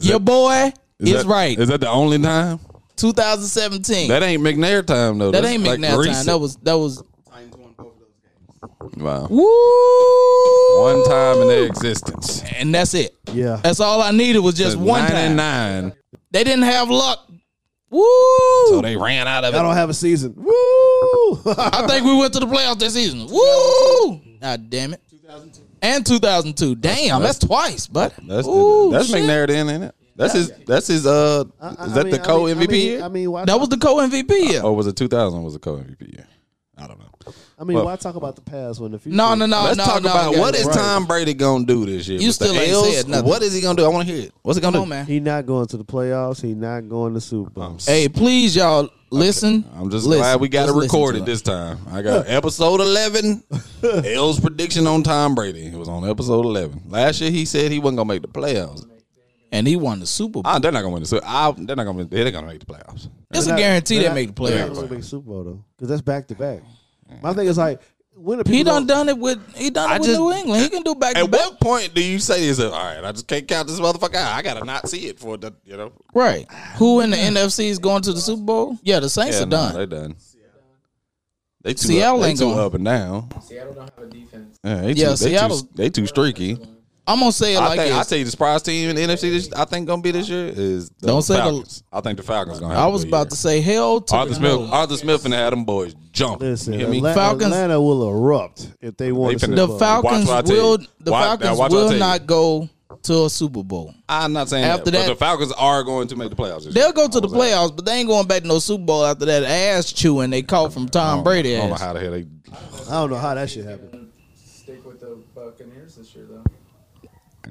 Your boy is, that- right. Is that the only time? 2017. That, That ain't McNair time though. That's ain't like McNabb time. recent. That was that was Titans won both of those games. wow. woo. One time in their existence. and that's it. Yeah. That's all I needed was just one nine and time. nine. They didn't have luck. Woo. So they ran out of I it. don't have a season. Woo! I think we went to the playoffs this season. Woo! God damn it. And 2002. Damn, that's, twice, but That's Ooh, that's shit. McNair then, ain't it? That's his. That's his. Uh, [LAUGHS] I- I is that mean- the I co mean- MVP? I mean, year? I mean, why? That was the co MVP year. Or was it 2000? Was a co MVP year? I don't know. I mean, well- why talk about the past when the future? No, no, no, Let's no. talk no, about no, what is no. Tom Brady gonna do this year? You Mr. still ain't Ells? said nothing. What is he gonna do? I want to hear it. What's he gonna Come do, on, man. He not going to the playoffs. He not going to Super Bowl. Hey, please, y'all, listen. I'm just Listen, glad we got it just listen to recorded it. this time. I [LAUGHS] got episode 11. L's prediction on Tom Brady. It was on episode 11. Last year he said he wasn't gonna make the playoffs. And he won the Super Bowl. Ah, they're not gonna win the. So I, they're not gonna. They're gonna make the playoffs. it's a They're not- guarantee they're they not- make the they're not playoffs. gonna make the Super Bowl though, because that's back to back. My thing is like, when are people? He gonna- done done it with he done it I with just- New England. He can do back to At back. what point do you say to yourself, "All right, I just can't count this motherfucker out. I gotta not see it for the, you know." Right. Who in the NFC is going to the Super Bowl? Yeah, the Saints Yeah, are no, done. They done. They too, Seattle up, they ain't too going. up and down. Seattle don't have a defense. Yeah, they Yeah, too, they Seattle's- too, they too streaky. I'm gonna say it I like think I this. tell you the surprise team in the NFC this I think gonna be this year is the Don't say the- Falcons. I think the Falcons gonna have. I a was good about year. to say hell to Arthur the Smith. no. Arthur Smith and the Adam boys jump. Listen, you hear me? Atla- Falcons- Atlanta will erupt if they want They to finna- Super The Bowl. Falcons what I tell you. will. The Watch- now, Falcons watch what I tell will you. not go to a Super Bowl. I'm not saying After that, that- but the Falcons are going to make the playoffs. this They'll year. go to the I was like, playoffs, but they ain't going back to no Super Bowl after that ass chewing they caught from Tom Brady. I don't know Ass. how the hell they. I don't know how that shit happened. Stick with the Buccaneers this year, though. oh.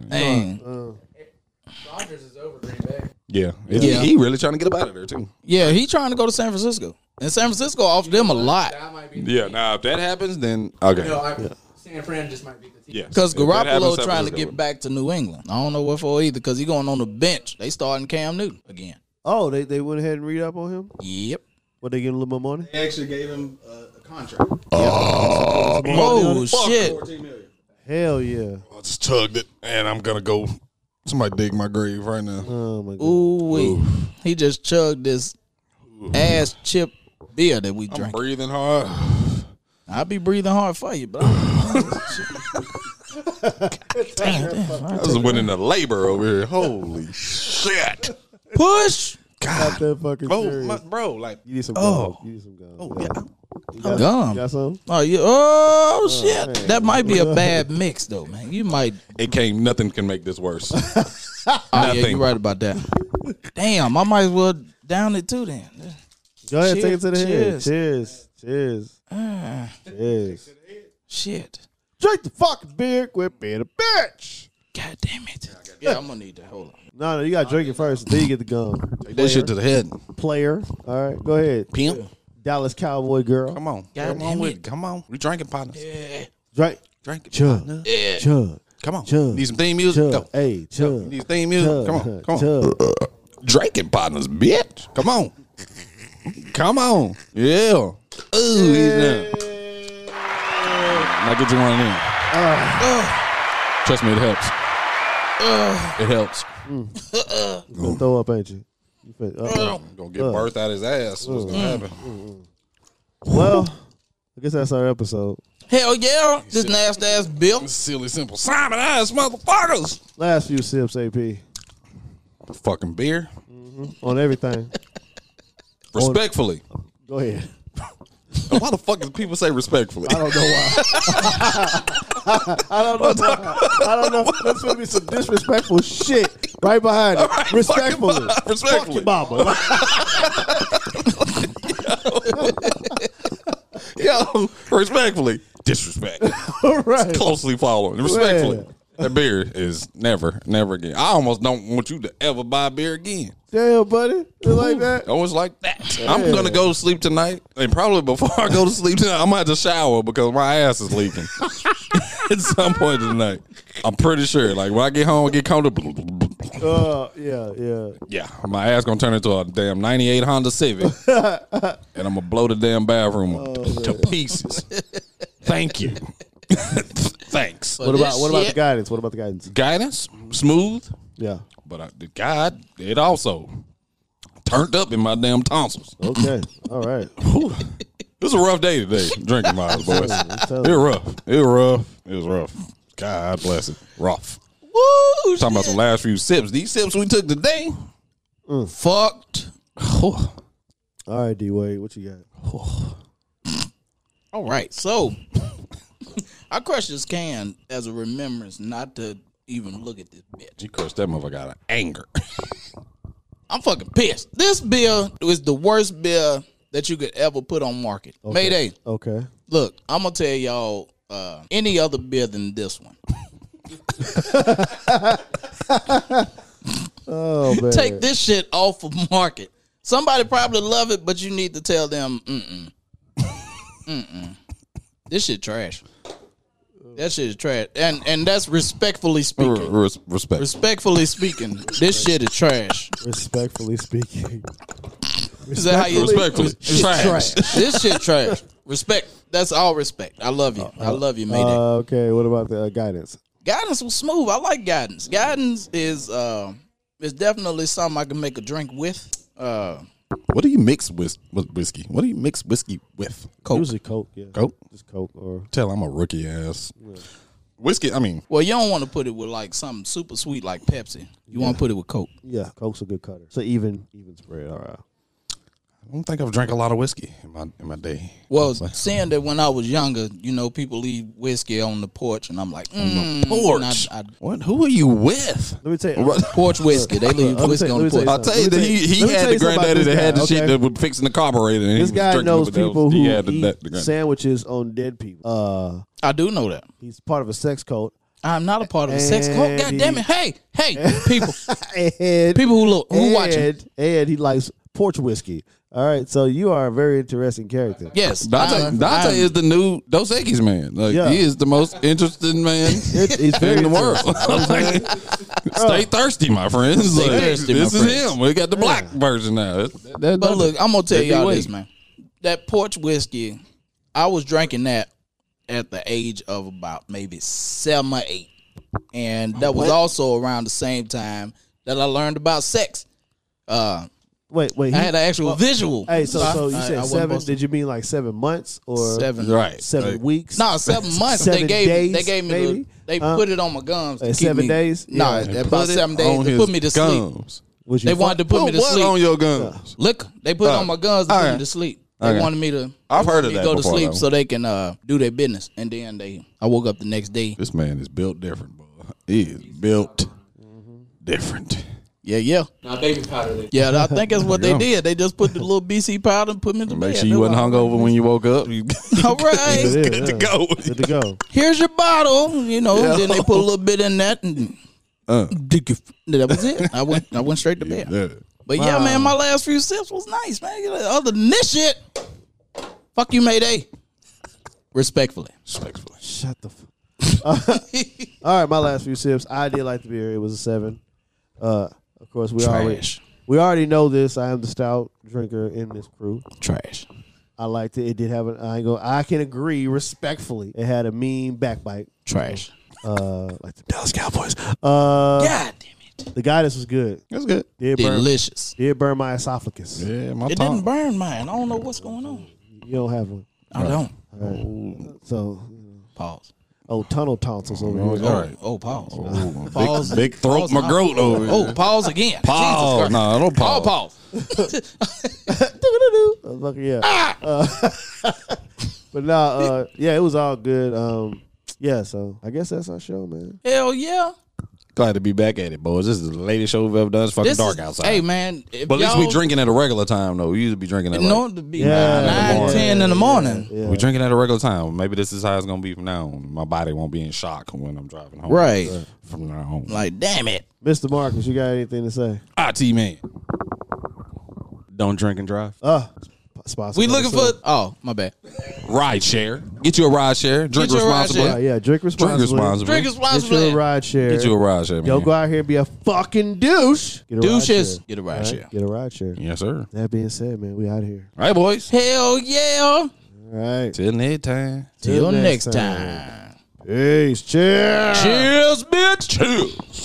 Dang. Uh, Rodgers is over Green Bay. Yeah, Yeah. He, he really trying to get up out of there too. Yeah, he trying to go to San Francisco, and San Francisco offered them a lot That might be. Yeah. Now if that happens, then okay. No, I, San Fran just might be the team. Yes. because If that happens, Garoppolo San trying to Francisco get would- back to New England. I don't know what for either because he going on the bench. They starting Cam Newton again. oh, they they went ahead and read up on him. Yep. What they give him a little more money? They actually gave him uh, a contract. Oh shit. 14 million. Hell yeah! I just tugged it, and I'm gonna go. Somebody dig my grave right now. Oh my god. Ooh wee. He just chugged this ass chip beer that we I'm drink. breathing hard. I'll be breathing hard for you, but I- I was winning the labor over here. Holy [LAUGHS] shit! push. Stop that fucking Oh, Bro, serious. Oh, my- bro, like You need some gum. You need some gum. Oh yeah. I'm gone. You got some? Oh, yeah. oh shit! That might be a bad mix, though, man. You might. it can't. Nothing can make this [LAUGHS] worse. Oh, yeah, Nothing. you're right about that. Damn, I might as well down it too then. Go ahead, take it Cheers, to the head. cheers. Cheers. Cheers. Ah, Cheers. shit! Drink the fucking beer. Quit being a bitch. God damn it! Yeah, I'm gonna need that. Hold on. No, no, you gotta drink it first. Then you get the gum. Take that shit to the head, Player. All right, go ahead. pimp. Dallas Cowboy girl. Come on, God come on damn with it. it. Come on, we drinking partners. Yeah, Drink. Drink it, Chug. partner. Chug. Come on, Chug. need some theme music. Chug. Go. Hey, chug. Need some theme music. Chug. Come on, come on. Chug. Drinking partners, bitch. Come on, come on. Yeah. Ooh, he's now. Now get you one in. Trust me, it helps. it helps. You finna Throw up, ain't you? You uh, finna- uh-oh. Gonna get birth out his ass. What's gonna happen? Well, I guess that's our episode. hell yeah! This nasty ass bill. Silly, simple Simon ass motherfuckers. Last few sips, AP, Fucking beer. on everything. Respectfully. Go ahead. Why the fuck do people say respectfully? [LAUGHS] I don't know why. [LAUGHS] I don't know. Why. I don't know. That's gonna be some disrespectful shit right behind it. respectfully, fucking respectfully. Fuck your mama. [LAUGHS] Yo, respectfully. [LAUGHS] disrespect. right. Closely following, respectfully. That beer is never, never again. I almost don't want you to ever buy beer again. Damn, buddy. You like that? Oh, it's like that. I'm gonna go to sleep tonight, and probably before I go to sleep tonight, I'm gonna have to shower because my ass is leaking [LAUGHS] at some point tonight. I'm pretty sure. Like when I get home and get comfortable, Uh, yeah, yeah. yeah, my ass gonna turn into a damn '98 Honda [LAUGHS] Civic, and I'm gonna blow the damn bathroom up to [LAUGHS] pieces. Thank you. [LAUGHS] Thanks. But What about this what about the shit- guidance? What about the guidance? Guidance smooth, Yeah. but I, the God it also turned up in my damn tonsils. Okay. All right. Whew. It was a rough day [LAUGHS] today, drinking miles, boys. It telling was rough. It was rough. It was rough. God bless it. Rough. Woo! Talking about the last few sips. These sips we took today, fucked. oh, All right, D Wade, what you got? All right, so [LAUGHS] I crushed this can as a remembrance not to even look at this bitch. you cursed that motherfucker out of anger. [LAUGHS] I'm fucking pissed. This beer is the worst beer that you could ever put on market. Mayday. Okay. Look, I'm gonna tell y'all uh, any other beer than this one. Oh man. Take this shit off of market. Somebody probably love it, but you need to tell them, mm mm, mm mm. This shit trash. That shit is trash, and and that's respectfully speaking. Res- respect. Respectfully speaking, this shit is trash. Respectfully [LAUGHS] speaking. Is that how you Respectfully. This shit Trash. this shit trash. Respect. That's all respect. I love you. I love you, Mayday. Uh, okay, what about the uh, guidance? guidance was smooth. I like guidance. Guidance is uh, is definitely something I can make a drink with. Uh, what do you mix with, with whiskey? What do you mix whiskey with? Usually Coke, yeah. Coke? Just Coke or Tell I'm a rookie ass. Whiskey, I mean, well, you don't want to put it with like something super sweet like Pepsi. You want to put it with Coke. yeah, Coke's a good cutter. So even even spread, all right. I don't think I've drank a lot of whiskey in my in my day. Well, seeing that when I was younger, you know, people leave whiskey on the porch, and I'm like, mm, Porch. and I- I- what? Who are you with? Let me tell you. Right. porch whiskey. They leave [LAUGHS] Let me whiskey tell- on the let me porch. I'll tell you that he, he Let me had tell the you something about granddaddy this that had the guy, shit okay? that was fixing the carburetor. And This guy knows people who eat sandwich. sandwiches on dead people. Uh, I do know that. he's part of a sex cult. I'm not a part of a sex cult. God Andy. damn it! Hey, hey, [LAUGHS] people, And people who look, who and, watching? and he likes porch whiskey. All right, so you are a very interesting character. Yes, Dante, I'm- Dante I'm- is the new Dos Equis man. Like Yeah. he is the most interesting man [LAUGHS] It- it's very in the world. [LAUGHS] Like, stay thirsty, my friends. Like, thirsty, my this is friends. him. We got the black version now. That- that- that- But look, I'm gonna tell That'd be y'all weak. this, man. That porch whiskey, I was drinking that at the age of about maybe seven or eight, and that was also around the same time that I learned about sex. Uh, Wait, wait. I he- had an actual visual. Hmm? hey, so I- so you I- I said wasn't seven? busting. Did you mean like seven months or seven? right, seven Like, weeks? [LAUGHS] No, seven months. they Seven gave days, they gave me maybe? the, they Huh? put it on my gums. to Uh, keep seven me- days? No, Yeah. about seven days. on They his put me to sleep. gums. Was you They wanted to put me Put to what on sleep. your gums? Liquor. They put it on my gums to put Alright. me to sleep. They Okay. wanted me to. I've they heard wanted of me that to Go to before, sleep though. so they can uh, do their business, and then they. I woke up the next day. This man is built different, boy. He is built different. Yeah, yeah, Not baby powder. They yeah. [LAUGHS] I think that's what they Yeah. did. They just put the little BC powder and put me to Make bed. sure you wasn't hungover when you woke up. [LAUGHS] You All [LAUGHS] It right, [LAUGHS] is, good to yeah. go. Good to go. here's your bottle. You know, then they put a little bit in that, and Uh. that was it. I went. I went straight to bed. But yeah, man, my last few sips was nice, man. You know, Other than this shit, fuck you, Mayday. Respectfully. Respectfully. Shut the. F- All right, my last few sips. I did like the beer. It was a seven. Uh, of course, we already Trash. we already know this. I am the stout drinker in this crew. Trash. I liked it. It did have an angle. I can agree respectfully. It had a mean backbite. Trash. Uh, like the Dallas Cowboys. Uh, God damn it. the guidance was good. That's good. Did burn, Delicious. did burn my esophagus. Yeah, my It tongue. didn't burn mine. I don't know what's going on. You don't have one. I don't. So, Pause. oh, tunnel tonsils over here. All right. Oh, pause. Oh, Pause. Big, big throat, Pause my now. throat over here. Oh, pause again. Pause. Jesus Christ. Nah, don't Oh, pause. pause. Oh, Motherfucker, yeah. Uh, [LAUGHS] but no, uh, yeah, it was all good. Um, yeah, so I guess that's our show, man. Hell yeah. Glad to be back at it, boys. This is the latest show we've ever done. It's fucking This dark is- outside. Hey man, if but at least we y'all- drinking at a regular time, though. We used to be drinking at like, No, to be Yeah, in the nine, morning. ten in the morning. Yeah. we We drinking at a regular time. Maybe this is how it's gonna be from now on. My body won't be in shock when I'm driving home. Right. From now on. Like, damn it. Mr. Marcus, you got anything to say? IT man. Don't drink and drive. Uh, sponsor. We looking for episode. oh, my bad. Ride share. Get you a ride share. Drink you a ride responsibly. share. Yeah, yeah, drink Drink responsibly. responsibly. Drink Get you a responsibly. ride share. Get you a ride share, man. Yo, go out here and be a fucking douche. Get a Douches. Ride share. Get a All ride right? share. Get a ride share. Yes, sir. That being said, man, we out here. All right, boys. Hell yeah. All right. Till next time. Till next next time. Peace. Cheers. Cheers, bitch. Cheers.